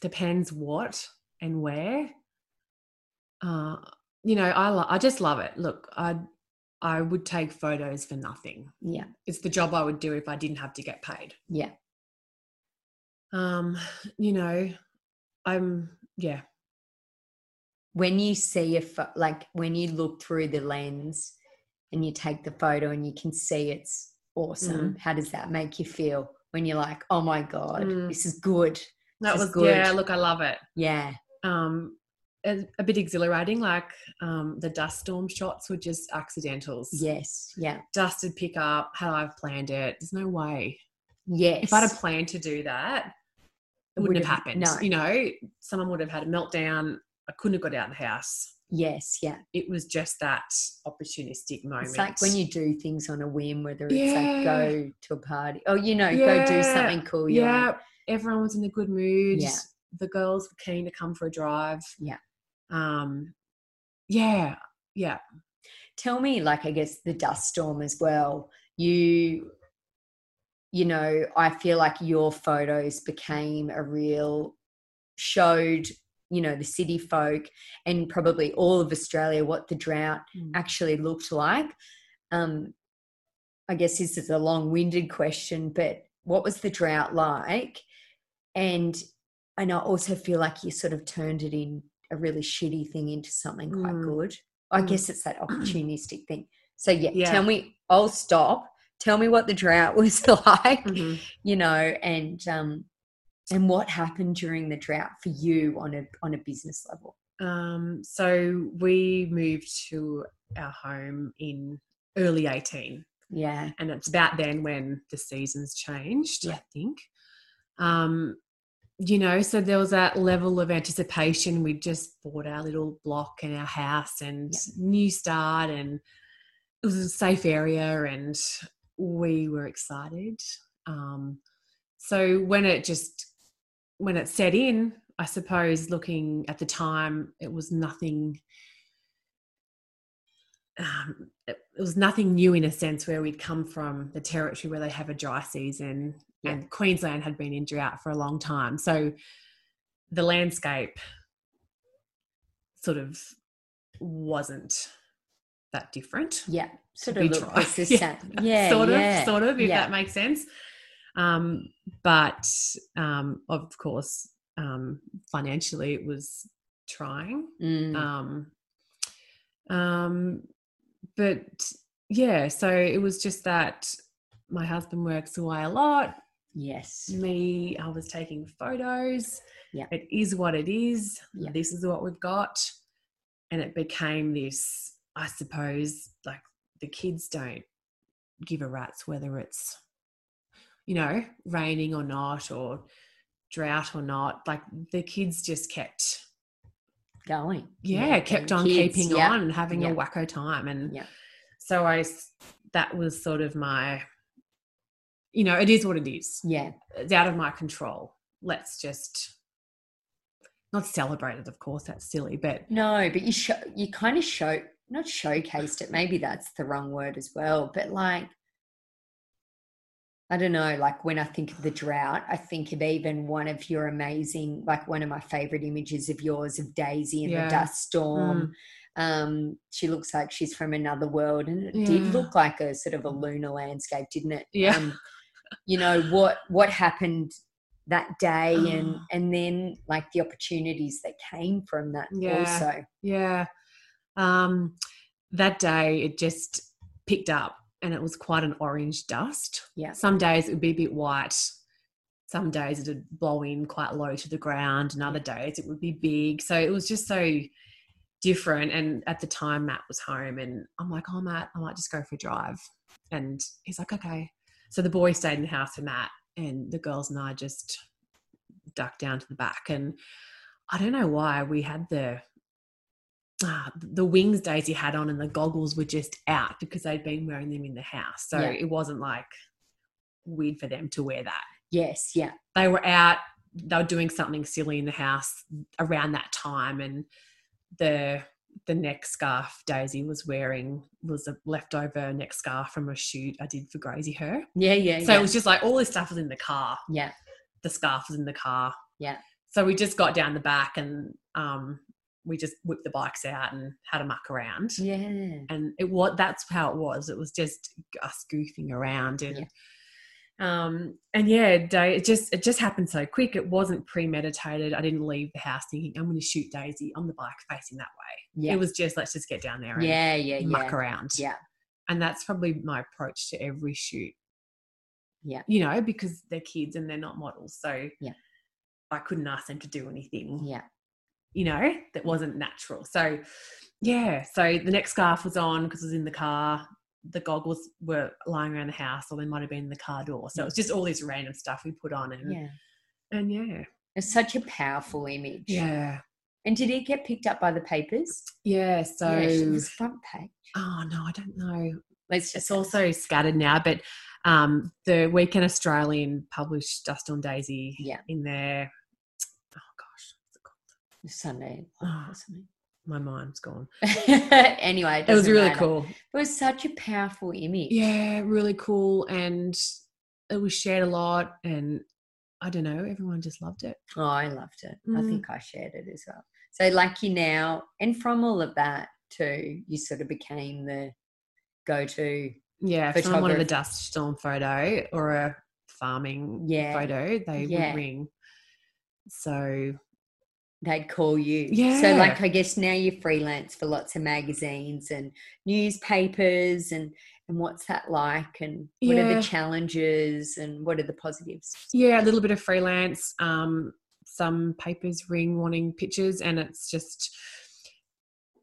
[SPEAKER 5] Depends what and where. Uh, you know, I lo- I just love it. Look, I I would take photos for nothing.
[SPEAKER 3] Yeah,
[SPEAKER 5] It's the job I would do if I didn't have to get paid.
[SPEAKER 3] yeah,
[SPEAKER 5] Um, you know, I'm yeah,
[SPEAKER 3] when you see a pho- like when you look through the lens and you take the photo and you can see it's awesome how does that make you feel when you're like oh my god
[SPEAKER 5] Mm.
[SPEAKER 3] this is good
[SPEAKER 5] that
[SPEAKER 3] This is
[SPEAKER 5] was
[SPEAKER 3] good.
[SPEAKER 5] yeah. Look, I love it.
[SPEAKER 3] yeah
[SPEAKER 5] Um, a, a bit exhilarating. Like um, the dust storm shots were just accidentals.
[SPEAKER 3] yes yeah
[SPEAKER 5] Dusted pickup. How I've planned it. There's no way.
[SPEAKER 3] yes
[SPEAKER 5] if I'd have planned to do that, it wouldn't
[SPEAKER 3] Would've-
[SPEAKER 5] have happened.
[SPEAKER 3] no.
[SPEAKER 5] You know, someone would have had a meltdown. I couldn't have got out of the house.
[SPEAKER 3] yes yeah
[SPEAKER 5] It was just that opportunistic moment.
[SPEAKER 3] it's like when you do things on a whim whether it's
[SPEAKER 5] Yeah.
[SPEAKER 3] like go to a party or you know go do
[SPEAKER 5] Yeah.
[SPEAKER 3] something cool you're
[SPEAKER 5] yeah,
[SPEAKER 3] like,
[SPEAKER 5] everyone was in a good mood.
[SPEAKER 3] Yeah.
[SPEAKER 5] The girls were keen to come for a drive.
[SPEAKER 3] Yeah.
[SPEAKER 5] Um, yeah, yeah.
[SPEAKER 3] tell me like i guess the dust storm as well you you know i feel like your photos became a real showed you know the city folk and probably all of australia what the drought actually looked like um i guess this is a long-winded question but what was the drought like and and i also feel like you sort of turned it in a really shitty thing into something quite
[SPEAKER 5] Mm.
[SPEAKER 3] good I
[SPEAKER 5] Mm.
[SPEAKER 3] guess it's
[SPEAKER 5] [CLEARS THROAT]
[SPEAKER 3] that opportunistic thing. So yeah,
[SPEAKER 5] Yeah.
[SPEAKER 3] tell me. I'll stop. Tell me what the drought [LAUGHS] was like,
[SPEAKER 5] Mhm.
[SPEAKER 3] you know, and um, and what happened during the drought for you on a on a business level.
[SPEAKER 5] Um, so we moved to our home in early 18.
[SPEAKER 3] Yeah,
[SPEAKER 5] and it's about then when the seasons changed i
[SPEAKER 3] Yeah.
[SPEAKER 5] think um you know so there was that level of anticipation we just bought our little block and our house and
[SPEAKER 3] Yeah.
[SPEAKER 5] new start and it was a safe area and we were excited um so when it just when it set in i suppose looking at the time it was nothing um, it, it was nothing new in a sense where we'd come from the territory where they have a dry season and Queensland had been in drought for a long time. So the landscape sort of wasn't that different.
[SPEAKER 3] yeah, sort
[SPEAKER 5] We
[SPEAKER 3] of look
[SPEAKER 5] [LAUGHS] try.
[SPEAKER 3] persistent. Yeah, yeah
[SPEAKER 5] sort of, sort of, if
[SPEAKER 3] yeah.
[SPEAKER 5] that makes sense. Um, but um, of course, um, financially it was trying
[SPEAKER 3] Mm,
[SPEAKER 5] um um but yeah so it was just that my husband works away a lot
[SPEAKER 3] yes,
[SPEAKER 5] me i was taking photos
[SPEAKER 3] Yeah.
[SPEAKER 5] it is what it is
[SPEAKER 3] Yeah.
[SPEAKER 5] this is what we've got and it became this i suppose like the kids don't give a rat's whether it's you know raining or not or drought or not like the kids just kept
[SPEAKER 3] going.
[SPEAKER 5] yeah, kept
[SPEAKER 3] and
[SPEAKER 5] on
[SPEAKER 3] kids,
[SPEAKER 5] keeping
[SPEAKER 3] yeah.
[SPEAKER 5] on and having
[SPEAKER 3] yeah.
[SPEAKER 5] a wacko time and
[SPEAKER 3] Yeah.
[SPEAKER 5] so i s- that was sort of my you know it is what it is
[SPEAKER 3] Yeah,
[SPEAKER 5] it's out of my control let's just not celebrate it of course that's silly but
[SPEAKER 3] no, but you show you kind of show not showcased it. Maybe that's the wrong word as well, but like I don't know, like when I think of the drought, I think of even one of your amazing, like one of my favorite images of yours of Daisy in
[SPEAKER 5] Yeah.
[SPEAKER 3] the
[SPEAKER 5] Mm.
[SPEAKER 3] dust storm. Um, she looks like she's from another world, and it
[SPEAKER 5] Yeah.
[SPEAKER 3] did look like a sort of a lunar landscape, didn't it?
[SPEAKER 5] Yeah.
[SPEAKER 3] Um, you know what what happened that
[SPEAKER 5] [SIGHS]
[SPEAKER 3] day, and
[SPEAKER 5] Ah.
[SPEAKER 3] and then like the opportunities that came from that
[SPEAKER 5] Yeah.
[SPEAKER 3] also.
[SPEAKER 5] yeah um that day it just picked up and it was quite an orange dust
[SPEAKER 3] Yeah.
[SPEAKER 5] some days it would be a bit white some days it would blow in quite low to the ground and other days it would be big so it was just so different and at the time matt was home and i'm like oh matt i might just go for a drive and he's like okay so the boy stayed in the house for matt and the girls and i just ducked down to the back and i don't know why we had the ah, the wings Daisy had on and the goggles were just out because they'd been wearing them in the house. So
[SPEAKER 3] Yeah.
[SPEAKER 5] it wasn't like weird for them to wear that.
[SPEAKER 3] Yes, yeah.
[SPEAKER 5] They were out, they were doing something silly in the house around that time and the the neck scarf Daisy was wearing was a leftover neck scarf from a shoot I did for Grazy Her.
[SPEAKER 3] Yeah, yeah.
[SPEAKER 5] So
[SPEAKER 3] yeah.
[SPEAKER 5] it was just like all this stuff was in the car.
[SPEAKER 3] yeah.
[SPEAKER 5] The scarf was in the car.
[SPEAKER 3] Yeah.
[SPEAKER 5] So we just got down the back and um, we just whipped the bikes out and had a muck around.
[SPEAKER 3] Yeah.
[SPEAKER 5] And it was that's how it was. It was just us goofing around and
[SPEAKER 3] Yeah.
[SPEAKER 5] um and yeah, day, it just it just happened so quick. It wasn't premeditated. I didn't leave the house thinking I'm going to shoot Daisy on the bike facing that way.
[SPEAKER 3] Yeah.
[SPEAKER 5] It was just let's just get down there and
[SPEAKER 3] yeah, yeah, yeah.
[SPEAKER 5] muck around.
[SPEAKER 3] Yeah.
[SPEAKER 5] And that's probably my approach to every shoot.
[SPEAKER 3] Yeah.
[SPEAKER 5] You know, because they're kids and they're not models. So
[SPEAKER 3] Yeah.
[SPEAKER 5] I couldn't ask them to do anything,
[SPEAKER 3] Yeah.
[SPEAKER 5] you know, that wasn't natural. So yeah. So the neck scarf was on because it was in the car. The goggles were lying around the house or they might have been in the car door. So it was just all this random stuff we put on and
[SPEAKER 3] Yeah.
[SPEAKER 5] and yeah.
[SPEAKER 3] It's such a powerful image.
[SPEAKER 5] Yeah.
[SPEAKER 3] And did it get picked up by the papers?
[SPEAKER 5] Yeah. So
[SPEAKER 3] yeah, she was front page.
[SPEAKER 5] oh no, I don't know.
[SPEAKER 3] Let's just
[SPEAKER 5] It's also scattered now, but um, the Weekend Australian published Dust on Daisy
[SPEAKER 3] Yeah.
[SPEAKER 5] in their oh gosh, what's it
[SPEAKER 3] Sunday.
[SPEAKER 5] called?
[SPEAKER 3] or
[SPEAKER 5] Oh,
[SPEAKER 3] something.
[SPEAKER 5] my mind's gone.
[SPEAKER 3] [LAUGHS] anyway,
[SPEAKER 5] Uh-huh. It was
[SPEAKER 3] doesn't
[SPEAKER 5] really
[SPEAKER 3] matter.
[SPEAKER 5] cool.
[SPEAKER 3] It was such a powerful image.
[SPEAKER 5] Yeah, really cool, and it was shared a lot, and I don't know, everyone just loved it.
[SPEAKER 3] Oh, I loved it. I
[SPEAKER 5] Mm.
[SPEAKER 3] think I shared it as well. So, lucky now, and from all of that too, you sort of became the go-to.
[SPEAKER 5] Yeah, if someone wanted a
[SPEAKER 3] Photograph-
[SPEAKER 5] dust storm photo or a farming
[SPEAKER 3] Yeah.
[SPEAKER 5] photo, they
[SPEAKER 3] Yeah.
[SPEAKER 5] would ring. So
[SPEAKER 3] They'd call you. So,
[SPEAKER 5] Yeah.
[SPEAKER 3] like, I guess now you freelance for lots of magazines and newspapers, and and what's that like? And what are
[SPEAKER 5] Yeah.
[SPEAKER 3] the challenges? And what are the positives?
[SPEAKER 5] Yeah, a little bit of freelance. Um, some papers ring wanting pictures, and it's just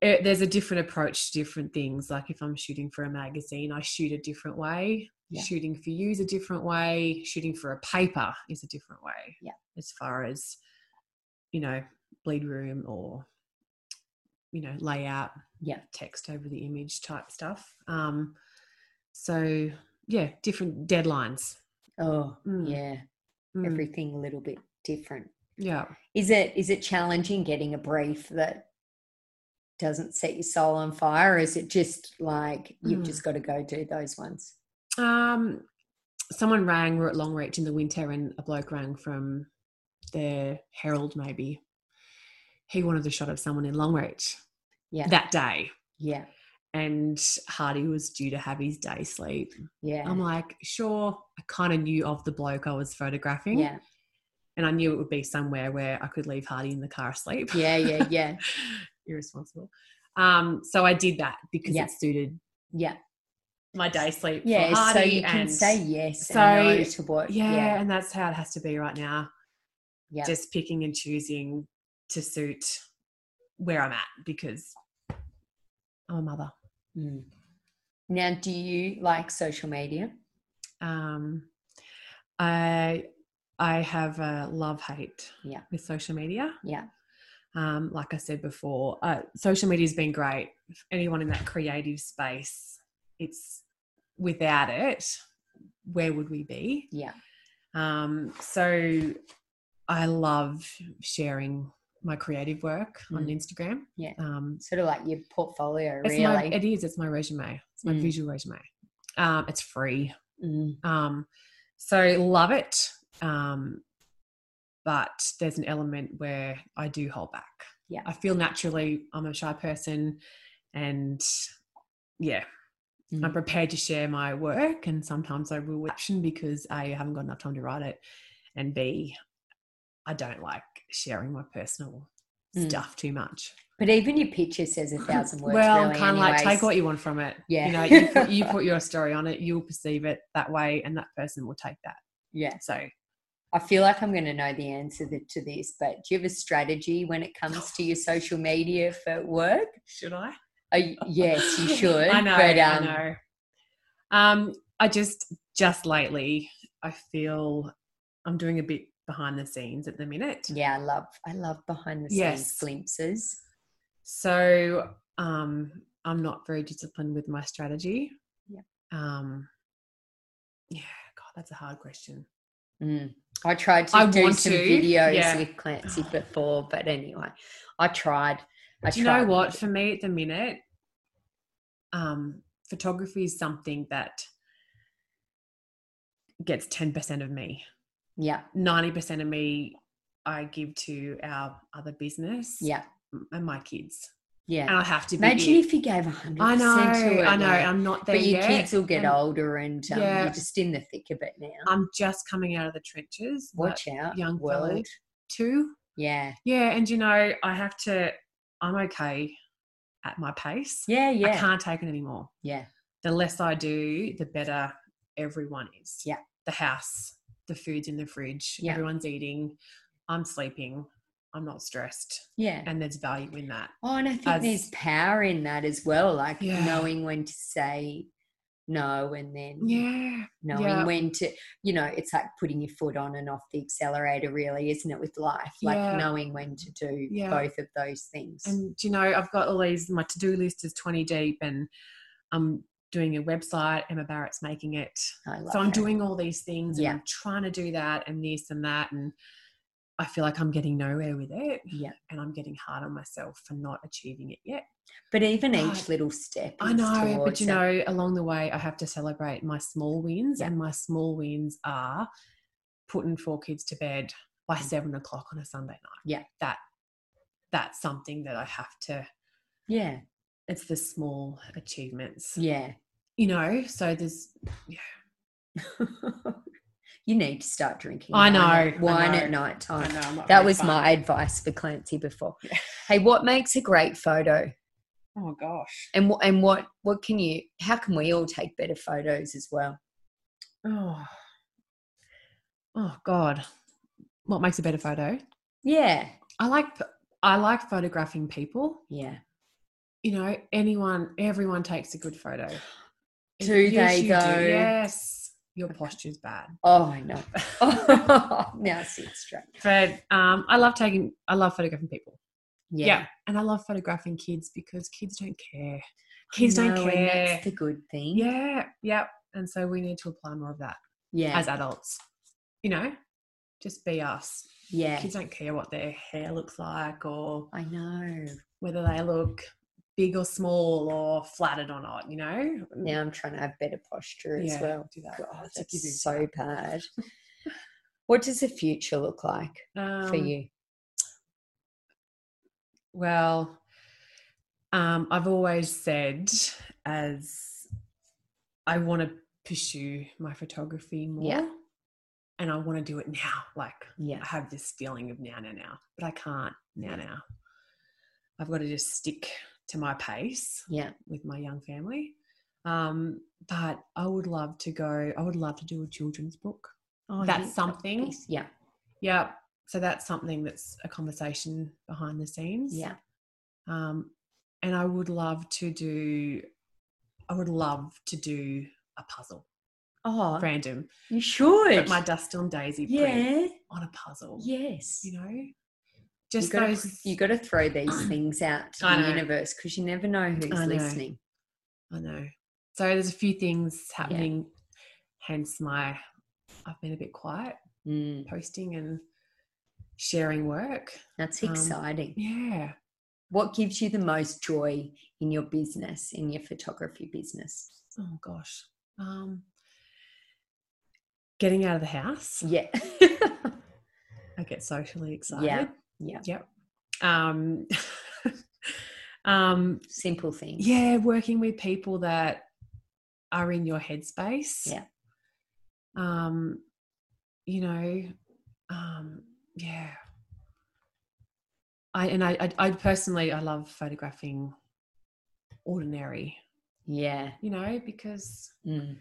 [SPEAKER 5] it, there's a different approach to different things. Like if I'm shooting for a magazine, I shoot a different way.
[SPEAKER 3] Yeah.
[SPEAKER 5] Shooting for you is a different way. Shooting for a paper is a different way.
[SPEAKER 3] Yeah.
[SPEAKER 5] As far as you know, bleed room or you know layout.
[SPEAKER 3] Yeah.
[SPEAKER 5] Text over the image type stuff. Um, so yeah, different deadlines.
[SPEAKER 3] Oh,
[SPEAKER 5] Mm.
[SPEAKER 3] yeah,
[SPEAKER 5] Mm,
[SPEAKER 3] everything a little bit different.
[SPEAKER 5] yeah.
[SPEAKER 3] Is it is it challenging getting a brief that doesn't set your soul on fire, or is it just like you've
[SPEAKER 5] Mm.
[SPEAKER 3] just got to go do those ones?
[SPEAKER 5] Um, someone rang. We're at Longreach in the winter, and a bloke rang from the Herald. Maybe he wanted a shot of someone in Longreach
[SPEAKER 3] Yeah.
[SPEAKER 5] that day,
[SPEAKER 3] Yeah,
[SPEAKER 5] and Hardy was due to have his day sleep.
[SPEAKER 3] yeah,
[SPEAKER 5] I'm like, sure. I kind of knew of the bloke I was photographing,
[SPEAKER 3] yeah,
[SPEAKER 5] and I knew it would be somewhere where I could leave Hardy in the car asleep.
[SPEAKER 3] yeah, yeah, yeah,
[SPEAKER 5] [LAUGHS] irresponsible. Um, so I did that because
[SPEAKER 3] Yeah.
[SPEAKER 5] it suited
[SPEAKER 3] yeah,
[SPEAKER 5] my day sleep. [LAUGHS] for
[SPEAKER 3] yeah. So
[SPEAKER 5] Hardy
[SPEAKER 3] you can
[SPEAKER 5] and-
[SPEAKER 3] say yes
[SPEAKER 5] So,
[SPEAKER 3] and no to what?
[SPEAKER 5] yeah,
[SPEAKER 3] yeah,
[SPEAKER 5] and that's how it has to be right now.
[SPEAKER 3] yeah.
[SPEAKER 5] just picking and choosing to suit where I'm at because I'm a mother.
[SPEAKER 3] Mm. Now, do you like social media?
[SPEAKER 5] Um, I I have a love hate
[SPEAKER 3] Yeah.
[SPEAKER 5] with social media.
[SPEAKER 3] Yeah.
[SPEAKER 5] Um, like I said before, uh, social media has been great. If anyone in that creative space, it's without it, where would we be?
[SPEAKER 3] Yeah,
[SPEAKER 5] Um, so I love sharing my creative work on
[SPEAKER 3] Mm.
[SPEAKER 5] Instagram.
[SPEAKER 3] Yeah.
[SPEAKER 5] Um,
[SPEAKER 3] sort of like your portfolio,
[SPEAKER 5] it's
[SPEAKER 3] really.
[SPEAKER 5] my, it is. It's my resume. It's my
[SPEAKER 3] Mm.
[SPEAKER 5] visual resume. Um, it's free.
[SPEAKER 3] Mm.
[SPEAKER 5] Um, so love it. Um, but there's an element where I do hold back.
[SPEAKER 3] Yeah.
[SPEAKER 5] I feel naturally I'm a shy person and yeah,
[SPEAKER 3] Mm.
[SPEAKER 5] I'm prepared to share my work and sometimes I will with action because A, I haven't got enough time to write it and B, I don't like sharing my personal
[SPEAKER 3] Mm.
[SPEAKER 5] stuff too much.
[SPEAKER 3] But even your picture says a thousand words.
[SPEAKER 5] Well,
[SPEAKER 3] really,
[SPEAKER 5] kind of like
[SPEAKER 3] anyways.
[SPEAKER 5] take what you want from it.
[SPEAKER 3] Yeah.
[SPEAKER 5] You know, you
[SPEAKER 3] [LAUGHS]
[SPEAKER 5] put, you put your story on it, you'll perceive it that way, and that person will take that.
[SPEAKER 3] Yeah.
[SPEAKER 5] So,
[SPEAKER 3] I feel like I'm going to know the answer th- to this, but do you have a strategy when it comes to your social media for work?
[SPEAKER 5] should I?
[SPEAKER 3] Oh, y- yes,
[SPEAKER 5] [LAUGHS]
[SPEAKER 3] you should.
[SPEAKER 5] I know.
[SPEAKER 3] But, um,
[SPEAKER 5] I know. Um, I just just lately, I feel I'm doing a bit behind the scenes at the minute.
[SPEAKER 3] Yeah, I love, I love behind the scenes
[SPEAKER 5] Yes.
[SPEAKER 3] glimpses.
[SPEAKER 5] So um, I'm not very disciplined with my strategy.
[SPEAKER 3] Yep.
[SPEAKER 5] Um, yeah, God, that's a hard question.
[SPEAKER 3] Mm. I tried to
[SPEAKER 5] I
[SPEAKER 3] do
[SPEAKER 5] want
[SPEAKER 3] some
[SPEAKER 5] to,
[SPEAKER 3] videos
[SPEAKER 5] yeah.
[SPEAKER 3] with Clancy before, but anyway, I tried. I
[SPEAKER 5] Do you
[SPEAKER 3] tried.
[SPEAKER 5] know what? For me at the minute, um, photography is something that gets 10% of me.
[SPEAKER 3] Yeah,
[SPEAKER 5] 90% of me I give to our other business
[SPEAKER 3] yeah,
[SPEAKER 5] and my kids.
[SPEAKER 3] yeah.
[SPEAKER 5] And I have to be.
[SPEAKER 3] Imagine
[SPEAKER 5] it.
[SPEAKER 3] if you gave 100%
[SPEAKER 5] Um, I know,
[SPEAKER 3] to it.
[SPEAKER 5] I know.
[SPEAKER 3] like,
[SPEAKER 5] I'm not there
[SPEAKER 3] but your
[SPEAKER 5] yet.
[SPEAKER 3] kids will get
[SPEAKER 5] and
[SPEAKER 3] older and um,
[SPEAKER 5] Yeah.
[SPEAKER 3] you're just in the thick of it now.
[SPEAKER 5] I'm just coming out of the trenches. but
[SPEAKER 3] Watch out,
[SPEAKER 5] young
[SPEAKER 3] world.
[SPEAKER 5] fella. Two.
[SPEAKER 3] Yeah,
[SPEAKER 5] Yeah, and you know, I have to. I'm okay at my pace.
[SPEAKER 3] yeah,
[SPEAKER 5] I
[SPEAKER 3] yeah,
[SPEAKER 5] can't take it anymore.
[SPEAKER 3] yeah,
[SPEAKER 5] The less I do, the better everyone is.
[SPEAKER 3] Yeah.
[SPEAKER 5] The house, the food's in the fridge.
[SPEAKER 3] Yeah.
[SPEAKER 5] Everyone's eating. I'm sleeping. I'm not stressed,
[SPEAKER 3] yeah.
[SPEAKER 5] and there's value in that.
[SPEAKER 3] Oh, and I think
[SPEAKER 5] as-
[SPEAKER 3] there's power in that as well, like
[SPEAKER 5] Yeah.
[SPEAKER 3] knowing when to say no and then
[SPEAKER 5] Yeah.
[SPEAKER 3] knowing
[SPEAKER 5] Yeah.
[SPEAKER 3] when to you know it's like putting your foot on and off the accelerator really isn't it with life like
[SPEAKER 5] Yeah.
[SPEAKER 3] knowing when to do
[SPEAKER 5] Yeah.
[SPEAKER 3] both of those things
[SPEAKER 5] And do you know, I've got all these. My to-do list is 20 deep, and I'm doing a website. Emma Barrett's making it.
[SPEAKER 3] I love
[SPEAKER 5] so I'm
[SPEAKER 3] that.
[SPEAKER 5] doing all these things
[SPEAKER 3] Yeah.
[SPEAKER 5] and I'm trying to do that and this and that and I feel like I'm getting nowhere with it
[SPEAKER 3] yeah
[SPEAKER 5] and I'm getting hard on myself for not achieving it yet.
[SPEAKER 3] but even each
[SPEAKER 5] God.
[SPEAKER 3] little step
[SPEAKER 5] I
[SPEAKER 3] is
[SPEAKER 5] know, but
[SPEAKER 3] towards
[SPEAKER 5] you
[SPEAKER 3] a-
[SPEAKER 5] know, along the way I have to celebrate my small wins
[SPEAKER 3] Yeah.
[SPEAKER 5] and my small wins are putting four kids to bed by seven o'clock on a Sunday night.
[SPEAKER 3] Yeah.
[SPEAKER 5] That that's something that I have to
[SPEAKER 3] yeah
[SPEAKER 5] it's the small achievements.
[SPEAKER 3] yeah [LAUGHS]
[SPEAKER 5] You know, so there's
[SPEAKER 3] you need to start drinking
[SPEAKER 5] I
[SPEAKER 3] wine
[SPEAKER 5] know,
[SPEAKER 3] at-
[SPEAKER 5] I
[SPEAKER 3] wine at
[SPEAKER 5] know.
[SPEAKER 3] night
[SPEAKER 5] I
[SPEAKER 3] time
[SPEAKER 5] know I'm not
[SPEAKER 3] that
[SPEAKER 5] very
[SPEAKER 3] was
[SPEAKER 5] fun.
[SPEAKER 3] my advice for clancy before hey what makes a great photo
[SPEAKER 5] Oh gosh.
[SPEAKER 3] and what and what what can you how can we all take better photos as well
[SPEAKER 5] Oh, oh God! What makes a better photo?
[SPEAKER 3] yeah
[SPEAKER 5] I like I like photographing people.
[SPEAKER 3] yeah
[SPEAKER 5] You know, anyone, everyone takes a good photo.
[SPEAKER 3] Do they,
[SPEAKER 5] you
[SPEAKER 3] though?
[SPEAKER 5] Yes, your posture's bad.
[SPEAKER 3] oh i [LAUGHS] know now sit straight
[SPEAKER 5] But um, I love taking, I love photographing people.
[SPEAKER 3] yeah,
[SPEAKER 5] and I love photographing kids because kids don't care. Kids
[SPEAKER 3] No,
[SPEAKER 5] don't
[SPEAKER 3] and
[SPEAKER 5] care.
[SPEAKER 3] That's the good thing.
[SPEAKER 5] Yeah, yep. And so we need to apply more of that
[SPEAKER 3] Yeah.
[SPEAKER 5] as adults. You know, just be us.
[SPEAKER 3] yeah.
[SPEAKER 5] Kids don't care what their hair looks like or
[SPEAKER 3] I know.
[SPEAKER 5] whether they look big or small or flatted or not, you know?
[SPEAKER 3] Now I'm trying to have better posture as
[SPEAKER 5] Yeah,
[SPEAKER 3] well.
[SPEAKER 5] do that.
[SPEAKER 3] God,
[SPEAKER 5] It's a given.
[SPEAKER 3] that's so [LAUGHS] bad. what does the future look like for
[SPEAKER 5] Um,
[SPEAKER 3] you?
[SPEAKER 5] Well, um, I've always said as I want to pursue my photography more.
[SPEAKER 3] Yeah.
[SPEAKER 5] And I want to do it now. Like
[SPEAKER 3] Yeah.
[SPEAKER 5] I have this feeling of now, now, now, but I can't now, now. I've got to just stick to my pace.
[SPEAKER 3] Yeah.
[SPEAKER 5] with my young family. Um, but I would love to go, I would love to do a children's book.
[SPEAKER 3] Oh,
[SPEAKER 5] that's
[SPEAKER 3] yeah,
[SPEAKER 5] something.
[SPEAKER 3] piece. Yeah.
[SPEAKER 5] Yeah. So that's something that's a conversation behind the scenes.
[SPEAKER 3] Yeah.
[SPEAKER 5] Um, and I would love to do, I would love to do a puzzle,
[SPEAKER 3] Oh,
[SPEAKER 5] random,
[SPEAKER 3] you should.
[SPEAKER 5] but my Dusty and Daisy print
[SPEAKER 3] yeah.
[SPEAKER 5] on a puzzle.
[SPEAKER 3] Yes.
[SPEAKER 5] You know,
[SPEAKER 3] You
[SPEAKER 5] just
[SPEAKER 3] gotta,
[SPEAKER 5] those.
[SPEAKER 3] you got to throw
[SPEAKER 5] [CLEARS THROAT]
[SPEAKER 3] these things out to
[SPEAKER 5] I
[SPEAKER 3] the
[SPEAKER 5] know.
[SPEAKER 3] universe because you never know who's
[SPEAKER 5] I know.
[SPEAKER 3] listening.
[SPEAKER 5] I know. So there's a few things happening. Hence my, I've been a bit quiet.
[SPEAKER 3] Mm,
[SPEAKER 5] posting and sharing work.
[SPEAKER 3] that's
[SPEAKER 5] Um,
[SPEAKER 3] exciting.
[SPEAKER 5] Yeah.
[SPEAKER 3] What gives you the most joy in your business, in your photography business?
[SPEAKER 5] Oh gosh. Um, getting out of the house.
[SPEAKER 3] Yeah. [LAUGHS]
[SPEAKER 5] I get socially excited.
[SPEAKER 3] yeah.
[SPEAKER 5] Yep. Um, [LAUGHS] um,
[SPEAKER 3] Simple things.
[SPEAKER 5] yeah, working with people that are in your headspace.
[SPEAKER 3] Yeah.
[SPEAKER 5] Um, you know, um, yeah. I and I, I, I personally I love photographing ordinary,
[SPEAKER 3] Yeah.
[SPEAKER 5] you know, because
[SPEAKER 3] Mm.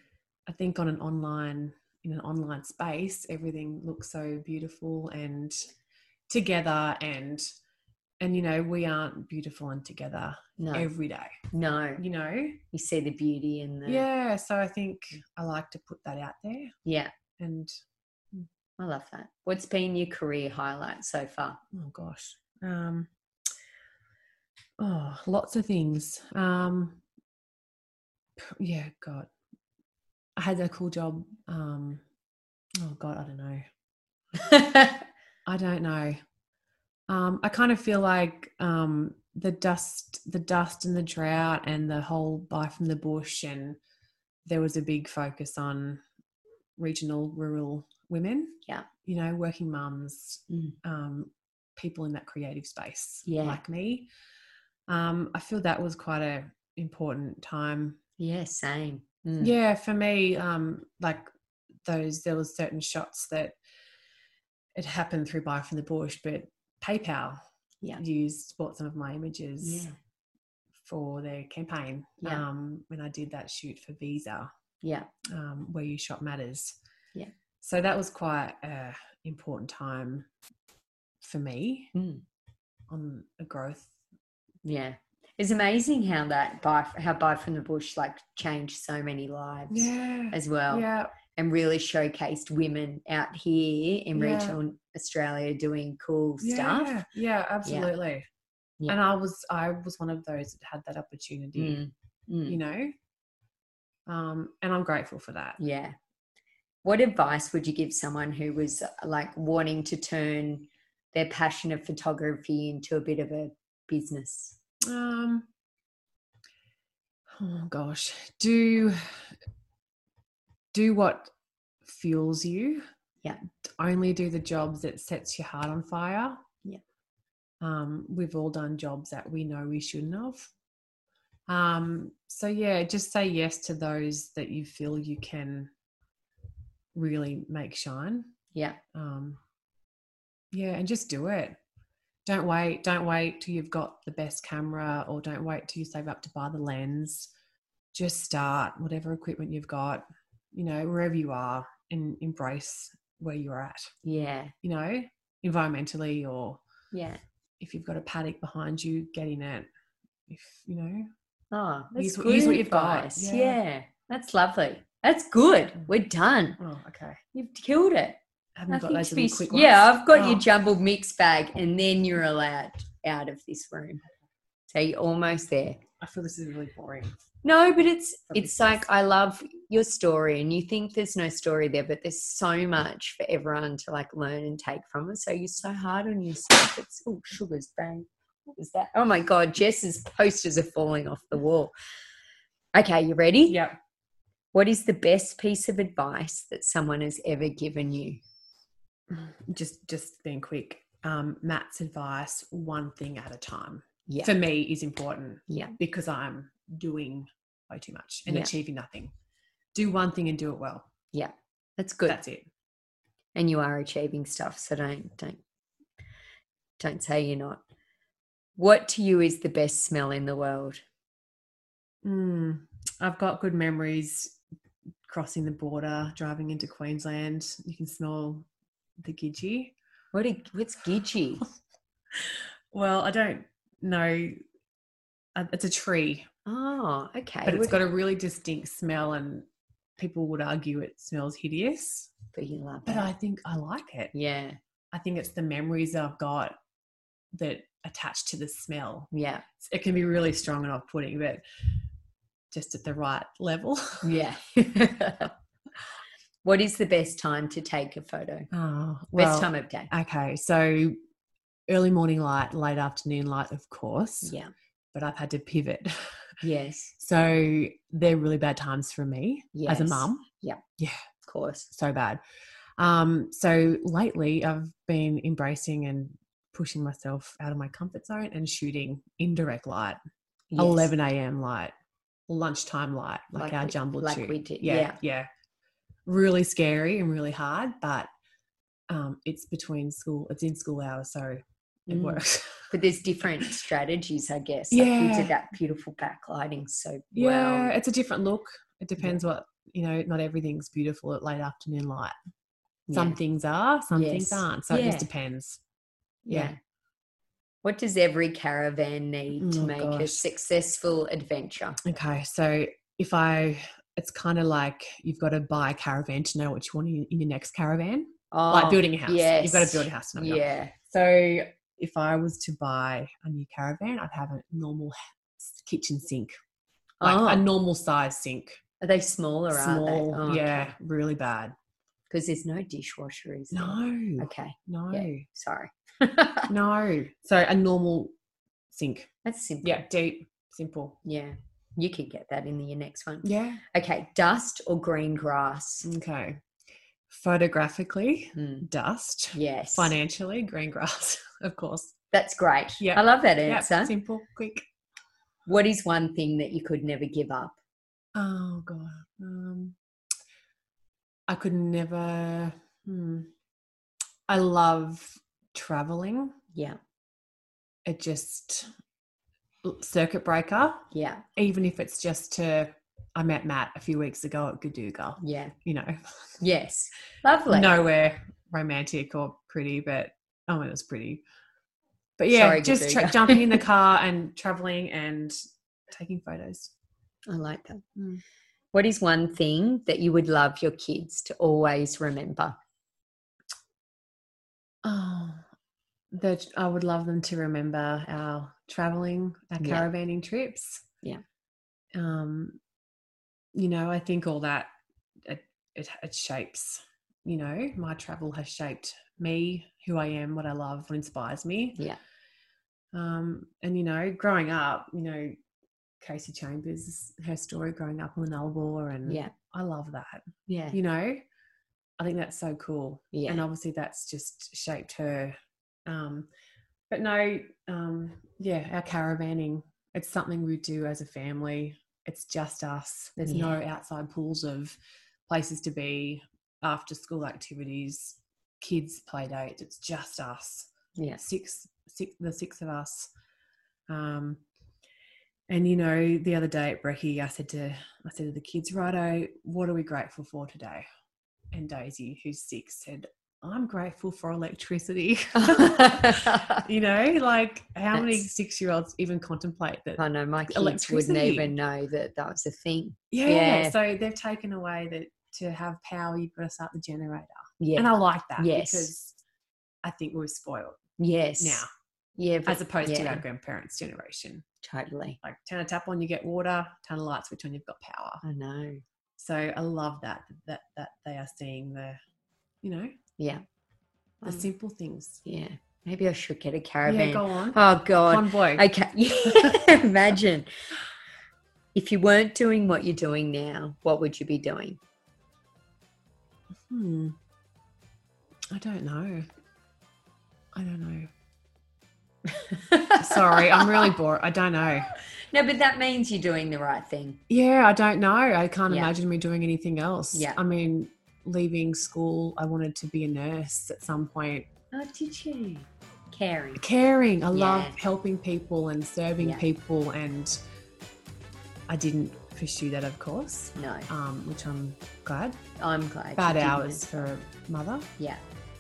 [SPEAKER 5] I think on an online in an online space, everything looks so beautiful and together and and you know we aren't beautiful and together
[SPEAKER 3] No.
[SPEAKER 5] every day
[SPEAKER 3] no.
[SPEAKER 5] you know
[SPEAKER 3] You see the beauty in the.
[SPEAKER 5] yeah so i think i like to put that out there
[SPEAKER 3] Yeah.
[SPEAKER 5] and
[SPEAKER 3] I love that. What's
[SPEAKER 5] [LAUGHS]
[SPEAKER 3] been your career highlight so far?
[SPEAKER 5] oh gosh um Oh, lots of things. Um, p- yeah, God, I had a cool job. Um, oh God, I don't know. I don't know. Um, I kind of feel like um, the dust, the dust and the drought, and the whole life in the bush, and there was a big focus on regional, rural women.
[SPEAKER 3] Yeah.
[SPEAKER 5] you know, working mums,
[SPEAKER 3] Mm.
[SPEAKER 5] um, people in that creative space,
[SPEAKER 3] Yeah.
[SPEAKER 5] like me. Um, I feel that was quite a important time
[SPEAKER 3] [LAUGHS] yeah, same. Mm.
[SPEAKER 5] yeah for me um like those there was certain shots that it happened through buy from the bush but paypal
[SPEAKER 3] Yeah.
[SPEAKER 5] used bought some of my images
[SPEAKER 3] Yeah.
[SPEAKER 5] for their campaign
[SPEAKER 3] Yeah.
[SPEAKER 5] um when i did that shoot for visa
[SPEAKER 3] Yeah.
[SPEAKER 5] um where you shop matters
[SPEAKER 3] Yeah.
[SPEAKER 5] so that was quite a important time for me
[SPEAKER 3] Mm.
[SPEAKER 5] on a growth
[SPEAKER 3] Yeah. It's amazing how that buy how buy from the bush like changed so many lives
[SPEAKER 5] yeah
[SPEAKER 3] as well.
[SPEAKER 5] yeah
[SPEAKER 3] And really showcased women out here in
[SPEAKER 5] Yeah.
[SPEAKER 3] regional Australia doing cool stuff.
[SPEAKER 5] Yeah, absolutely.
[SPEAKER 3] Yeah.
[SPEAKER 5] And I was I was one of those that had that opportunity,
[SPEAKER 3] Mm, mm,
[SPEAKER 5] you know. Um, and I'm grateful for that.
[SPEAKER 3] Yeah. What advice would you give someone who was uh, like wanting to turn their passion of photography into a bit of a business?
[SPEAKER 5] Um, oh gosh, do do what fuels you.
[SPEAKER 3] Yeah.
[SPEAKER 5] Only do the jobs that sets your heart on fire.
[SPEAKER 3] Yeah.
[SPEAKER 5] Um, we've all done jobs that we know we shouldn't have. Um, so yeah, just say yes to those that you feel you can really make shine
[SPEAKER 3] Yeah.
[SPEAKER 5] um, yeah and just do it don't wait don't wait till you've got the best camera or don't wait till you save up to buy the lens just start whatever equipment you've got you know wherever you are and embrace where you're at
[SPEAKER 3] Yeah.
[SPEAKER 5] you know environmentally or
[SPEAKER 3] Yeah.
[SPEAKER 5] if you've got a paddock behind you get in it if you know
[SPEAKER 3] Oh, that's
[SPEAKER 5] Use what-
[SPEAKER 3] good
[SPEAKER 5] use what you've got,
[SPEAKER 3] advice.
[SPEAKER 5] yeah.
[SPEAKER 3] Yeah. that's lovely. That's good. We're done.
[SPEAKER 5] oh okay
[SPEAKER 3] You've killed it.
[SPEAKER 5] I haven't got
[SPEAKER 3] Nothing
[SPEAKER 5] those
[SPEAKER 3] to
[SPEAKER 5] little
[SPEAKER 3] be-
[SPEAKER 5] quick ones.
[SPEAKER 3] yeah, I've got
[SPEAKER 5] Oh,
[SPEAKER 3] your jumbled mix bag, and then you're allowed out of this room. So you're almost there.
[SPEAKER 5] I feel this is really boring.
[SPEAKER 3] No, but it's
[SPEAKER 5] Something
[SPEAKER 3] it's
[SPEAKER 5] else.
[SPEAKER 3] like I love your story, and you think there's no story there, but there's so much for everyone to like learn and take from it. So you're so hard on yourself. It's oh sugars, bang. What was that? Oh my god, Jess's posters are falling off the wall. Okay, you ready?
[SPEAKER 5] Yep.
[SPEAKER 3] What is the best piece of advice that someone has ever given you?
[SPEAKER 5] just just being quick um, matt's advice one thing at a time
[SPEAKER 3] Yeah.
[SPEAKER 5] for me is important
[SPEAKER 3] Yeah.
[SPEAKER 5] because i'm doing way too much and
[SPEAKER 3] Yeah.
[SPEAKER 5] achieving nothing do one thing and do it well
[SPEAKER 3] That's good.
[SPEAKER 5] that's it
[SPEAKER 3] and you are achieving stuff, so don't don't don't say you're not. What to you is the best smell in the world?
[SPEAKER 5] mm, i've got good memories crossing the border driving into queensland you can smell the gidgee
[SPEAKER 3] What a, what's
[SPEAKER 5] [LAUGHS]
[SPEAKER 3] gidgey?
[SPEAKER 5] well i don't know Uh, it's a tree
[SPEAKER 3] Oh, okay.
[SPEAKER 5] but it's
[SPEAKER 3] What-
[SPEAKER 5] got a really distinct smell and people would argue it smells hideous
[SPEAKER 3] but you love
[SPEAKER 5] but
[SPEAKER 3] it.
[SPEAKER 5] i think i like it
[SPEAKER 3] yeah,
[SPEAKER 5] I think it's the memories that I've got that attach to the smell. [SIGHS]
[SPEAKER 3] yeah,
[SPEAKER 5] It can be really strong and off-putting, but just at the right level. [LAUGHS]
[SPEAKER 3] yeah. [LAUGHS] what is the best time to take a photo?
[SPEAKER 5] Oh,
[SPEAKER 3] best time of day.
[SPEAKER 5] Okay, so early morning light, late afternoon light, of course.
[SPEAKER 3] Yeah.
[SPEAKER 5] But I've had to pivot, [LAUGHS]
[SPEAKER 3] Yes.
[SPEAKER 5] so they're really bad times for me as a
[SPEAKER 3] Yes.
[SPEAKER 5] mum.
[SPEAKER 3] Of course.
[SPEAKER 5] So bad. Um, so lately, I've been embracing and pushing myself out of my comfort zone and shooting indirect light.
[SPEAKER 3] Yes.
[SPEAKER 5] 11 a.m. light, lunchtime light, like,
[SPEAKER 3] Like
[SPEAKER 5] our
[SPEAKER 3] we-
[SPEAKER 5] jumbled
[SPEAKER 3] like
[SPEAKER 5] shoot.
[SPEAKER 3] we did,
[SPEAKER 5] Yeah,
[SPEAKER 3] yeah.
[SPEAKER 5] yeah, Really scary and really hard, but um, it's between school. It's in school hours, so it
[SPEAKER 3] Mm.
[SPEAKER 5] works. [LAUGHS]
[SPEAKER 3] But there's different strategies, I guess. Like you
[SPEAKER 5] Yeah.
[SPEAKER 3] did that beautiful backlighting so
[SPEAKER 5] yeah,
[SPEAKER 3] well.
[SPEAKER 5] it's a different look. It depends what you know. Not everything's beautiful at late afternoon light. Some
[SPEAKER 3] Yeah.
[SPEAKER 5] things are, some
[SPEAKER 3] Yes.
[SPEAKER 5] things aren't. So it just
[SPEAKER 3] Yeah.
[SPEAKER 5] depends.
[SPEAKER 3] Yeah. What does every caravan need to
[SPEAKER 5] Oh,
[SPEAKER 3] make a
[SPEAKER 5] gosh.
[SPEAKER 3] successful adventure?
[SPEAKER 5] Okay, so if I, it's kind of like you've got to buy a caravan to know what you want in, in your next caravan.
[SPEAKER 3] Oh,
[SPEAKER 5] like building a house. You've got
[SPEAKER 3] yes.
[SPEAKER 5] to build a house to know what you want.
[SPEAKER 3] Yeah.
[SPEAKER 5] So if I was to buy a new caravan, I'd have a normal kitchen sink, like
[SPEAKER 3] Oh.
[SPEAKER 5] a normal size sink.
[SPEAKER 3] Are they Oh, smaller?
[SPEAKER 5] Small,
[SPEAKER 3] Are they?
[SPEAKER 5] yeah, really bad.
[SPEAKER 3] Because there's no dishwasher, is there?
[SPEAKER 5] No,
[SPEAKER 3] Okay.
[SPEAKER 5] no,
[SPEAKER 3] yeah. Sorry. [LAUGHS]
[SPEAKER 5] no. So a normal sink.
[SPEAKER 3] That's simple.
[SPEAKER 5] Yeah, deep, simple.
[SPEAKER 3] Yeah. You could get that in your next one.
[SPEAKER 5] Yeah.
[SPEAKER 3] Okay. Dust or green grass?
[SPEAKER 5] Okay. Photographically,
[SPEAKER 3] Mm,
[SPEAKER 5] dust.
[SPEAKER 3] Yes.
[SPEAKER 5] Financially, [LAUGHS] green grass, of course.
[SPEAKER 3] That's great.
[SPEAKER 5] Yeah.
[SPEAKER 3] I love that
[SPEAKER 5] Yeah,
[SPEAKER 3] answer.
[SPEAKER 5] simple, quick.
[SPEAKER 3] What is one thing that you could never give up?
[SPEAKER 5] Oh god. Um, I could never. Hmm. I love traveling.
[SPEAKER 3] Yeah.
[SPEAKER 5] It just circuit breaker.
[SPEAKER 3] Yeah.
[SPEAKER 5] Even if it's just to, I met Matt a few weeks ago at Gadooga.
[SPEAKER 3] Yeah.
[SPEAKER 5] You know,
[SPEAKER 3] Yes. Lovely.
[SPEAKER 5] nowhere romantic or pretty, but oh, it was pretty. But yeah,
[SPEAKER 3] Sorry,
[SPEAKER 5] just tra-
[SPEAKER 3] Gadooga.
[SPEAKER 5] jumping in
[SPEAKER 3] [LAUGHS]
[SPEAKER 5] the car and traveling and taking photos.
[SPEAKER 3] I like that.
[SPEAKER 5] Mm.
[SPEAKER 3] What is one thing that you would love your kids to always remember?
[SPEAKER 5] Oh, that I would love them to remember our traveling, our
[SPEAKER 3] Yeah.
[SPEAKER 5] caravanning trips.
[SPEAKER 3] Yeah.
[SPEAKER 5] Um, you know, I think all that it, it it shapes. You know, my travel has shaped me, who I am, what I love, what inspires me.
[SPEAKER 3] Yeah.
[SPEAKER 5] Um, and you know, growing up, you know, Casey Chambers, her story growing up on the Nullarbor, and
[SPEAKER 3] Yeah.
[SPEAKER 5] I love that.
[SPEAKER 3] Yeah.
[SPEAKER 5] You know, I think that's so cool
[SPEAKER 3] Yeah. [LAUGHS]
[SPEAKER 5] and obviously that's just shaped her um but no um yeah our caravanning it's something we do as a family it's just us there's no outside pools of places to be after school activities kids play dates it's just us
[SPEAKER 3] Yeah.
[SPEAKER 5] six six the six of us um and you know the other day at brekkie i said to i said to the kids righto what are we grateful for today and daisy who's six said i'm grateful for
[SPEAKER 3] [LAUGHS]
[SPEAKER 5] electricity [LAUGHS]
[SPEAKER 3] I
[SPEAKER 5] you know like how many
[SPEAKER 3] That's-
[SPEAKER 5] six year olds even contemplate that
[SPEAKER 3] know my kids wouldn't
[SPEAKER 5] Electricity.
[SPEAKER 3] even know that that was a thing.
[SPEAKER 5] yeah,
[SPEAKER 3] yeah.
[SPEAKER 5] so they've taken away that to have power you've got to start the generator
[SPEAKER 3] Yeah.
[SPEAKER 5] and i like that
[SPEAKER 3] Yes.
[SPEAKER 5] because i think we're spoiled
[SPEAKER 3] yes.
[SPEAKER 5] now
[SPEAKER 3] Yeah. But,
[SPEAKER 5] as opposed to
[SPEAKER 3] yeah.
[SPEAKER 5] our grandparents generation
[SPEAKER 3] totally.
[SPEAKER 5] like turn a tap on, you get water. Turn a light switch on, you've got power.
[SPEAKER 3] I know.
[SPEAKER 5] So I love that that that they are seeing the, you know,
[SPEAKER 3] Yeah.
[SPEAKER 5] the
[SPEAKER 3] Um,
[SPEAKER 5] simple things.
[SPEAKER 3] Yeah. Maybe I should get a
[SPEAKER 5] Yeah,
[SPEAKER 3] caravan.
[SPEAKER 5] go on.
[SPEAKER 3] oh God.
[SPEAKER 5] Convoy.
[SPEAKER 3] Okay. [LAUGHS] Imagine if you weren't doing what you're doing now, what would you be doing?
[SPEAKER 5] Hmm. I don't know. I don't know. Sorry, I'm
[SPEAKER 3] [LAUGHS]
[SPEAKER 5] really bored. I don't know.
[SPEAKER 3] No, but that means you're doing the right thing.
[SPEAKER 5] Yeah, I don't know. I can't
[SPEAKER 3] Yeah.
[SPEAKER 5] imagine me doing anything else.
[SPEAKER 3] Yeah.
[SPEAKER 5] I mean, leaving school, I wanted to be a nurse at some point.
[SPEAKER 3] Oh, did you? Caring.
[SPEAKER 5] caring. I love
[SPEAKER 3] Yeah.
[SPEAKER 5] helping people and serving
[SPEAKER 3] Yeah.
[SPEAKER 5] people, and I didn't pursue that, of course,
[SPEAKER 3] No,
[SPEAKER 5] um, which I'm glad.
[SPEAKER 3] I'm glad. you
[SPEAKER 5] Bad
[SPEAKER 3] didn't.
[SPEAKER 5] hours for a mother.
[SPEAKER 3] Yeah,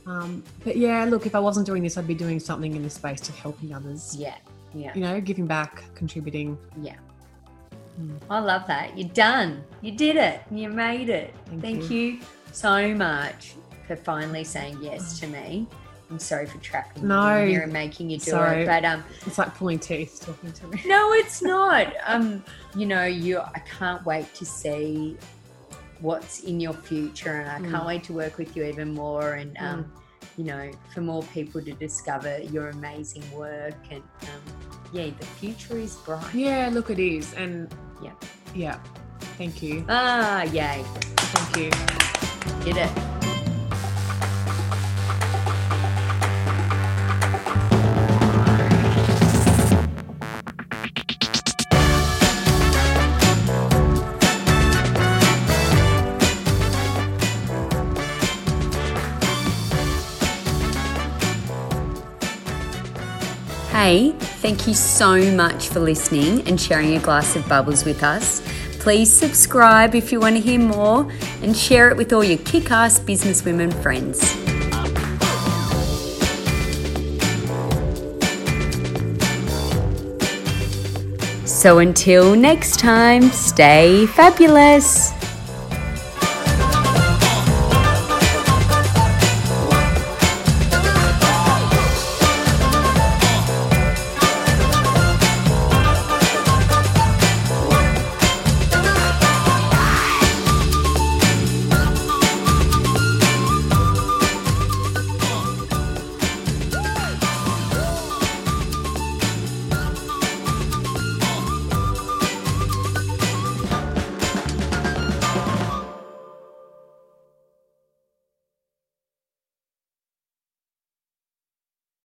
[SPEAKER 5] Um, but yeah, look, if I wasn't doing this, I'd be doing something in the space to helping others.
[SPEAKER 3] yeah, yeah,
[SPEAKER 5] You know, giving back, contributing.
[SPEAKER 3] yeah.
[SPEAKER 5] Mm.
[SPEAKER 3] I love that. You're done. You did it. You made it.
[SPEAKER 5] Thank
[SPEAKER 3] Thank, you. so much for finally saying yes to me. I'm sorry for trapping
[SPEAKER 5] No.
[SPEAKER 3] you in here and making you do
[SPEAKER 5] Sorry.
[SPEAKER 3] it, but um,
[SPEAKER 5] It's like pulling teeth talking to me. [LAUGHS]
[SPEAKER 3] No, it's not. Um, you know, you. I can't wait to see what's in your future, and I can't
[SPEAKER 5] Mm.
[SPEAKER 3] wait to work with you even more, and um, you know, for more people to discover your amazing work, and um, yeah, the future is bright.
[SPEAKER 5] Yeah, look, it is. And
[SPEAKER 3] Yeah.
[SPEAKER 5] Yeah. Thank you.
[SPEAKER 3] Ah, yay!
[SPEAKER 5] Thank you.
[SPEAKER 3] Did it. Hey, thank you so much for listening and sharing a glass of bubbles with us. Please subscribe if you want to hear more and share it with all your kick ass businesswomen friends. So until next time, stay fabulous.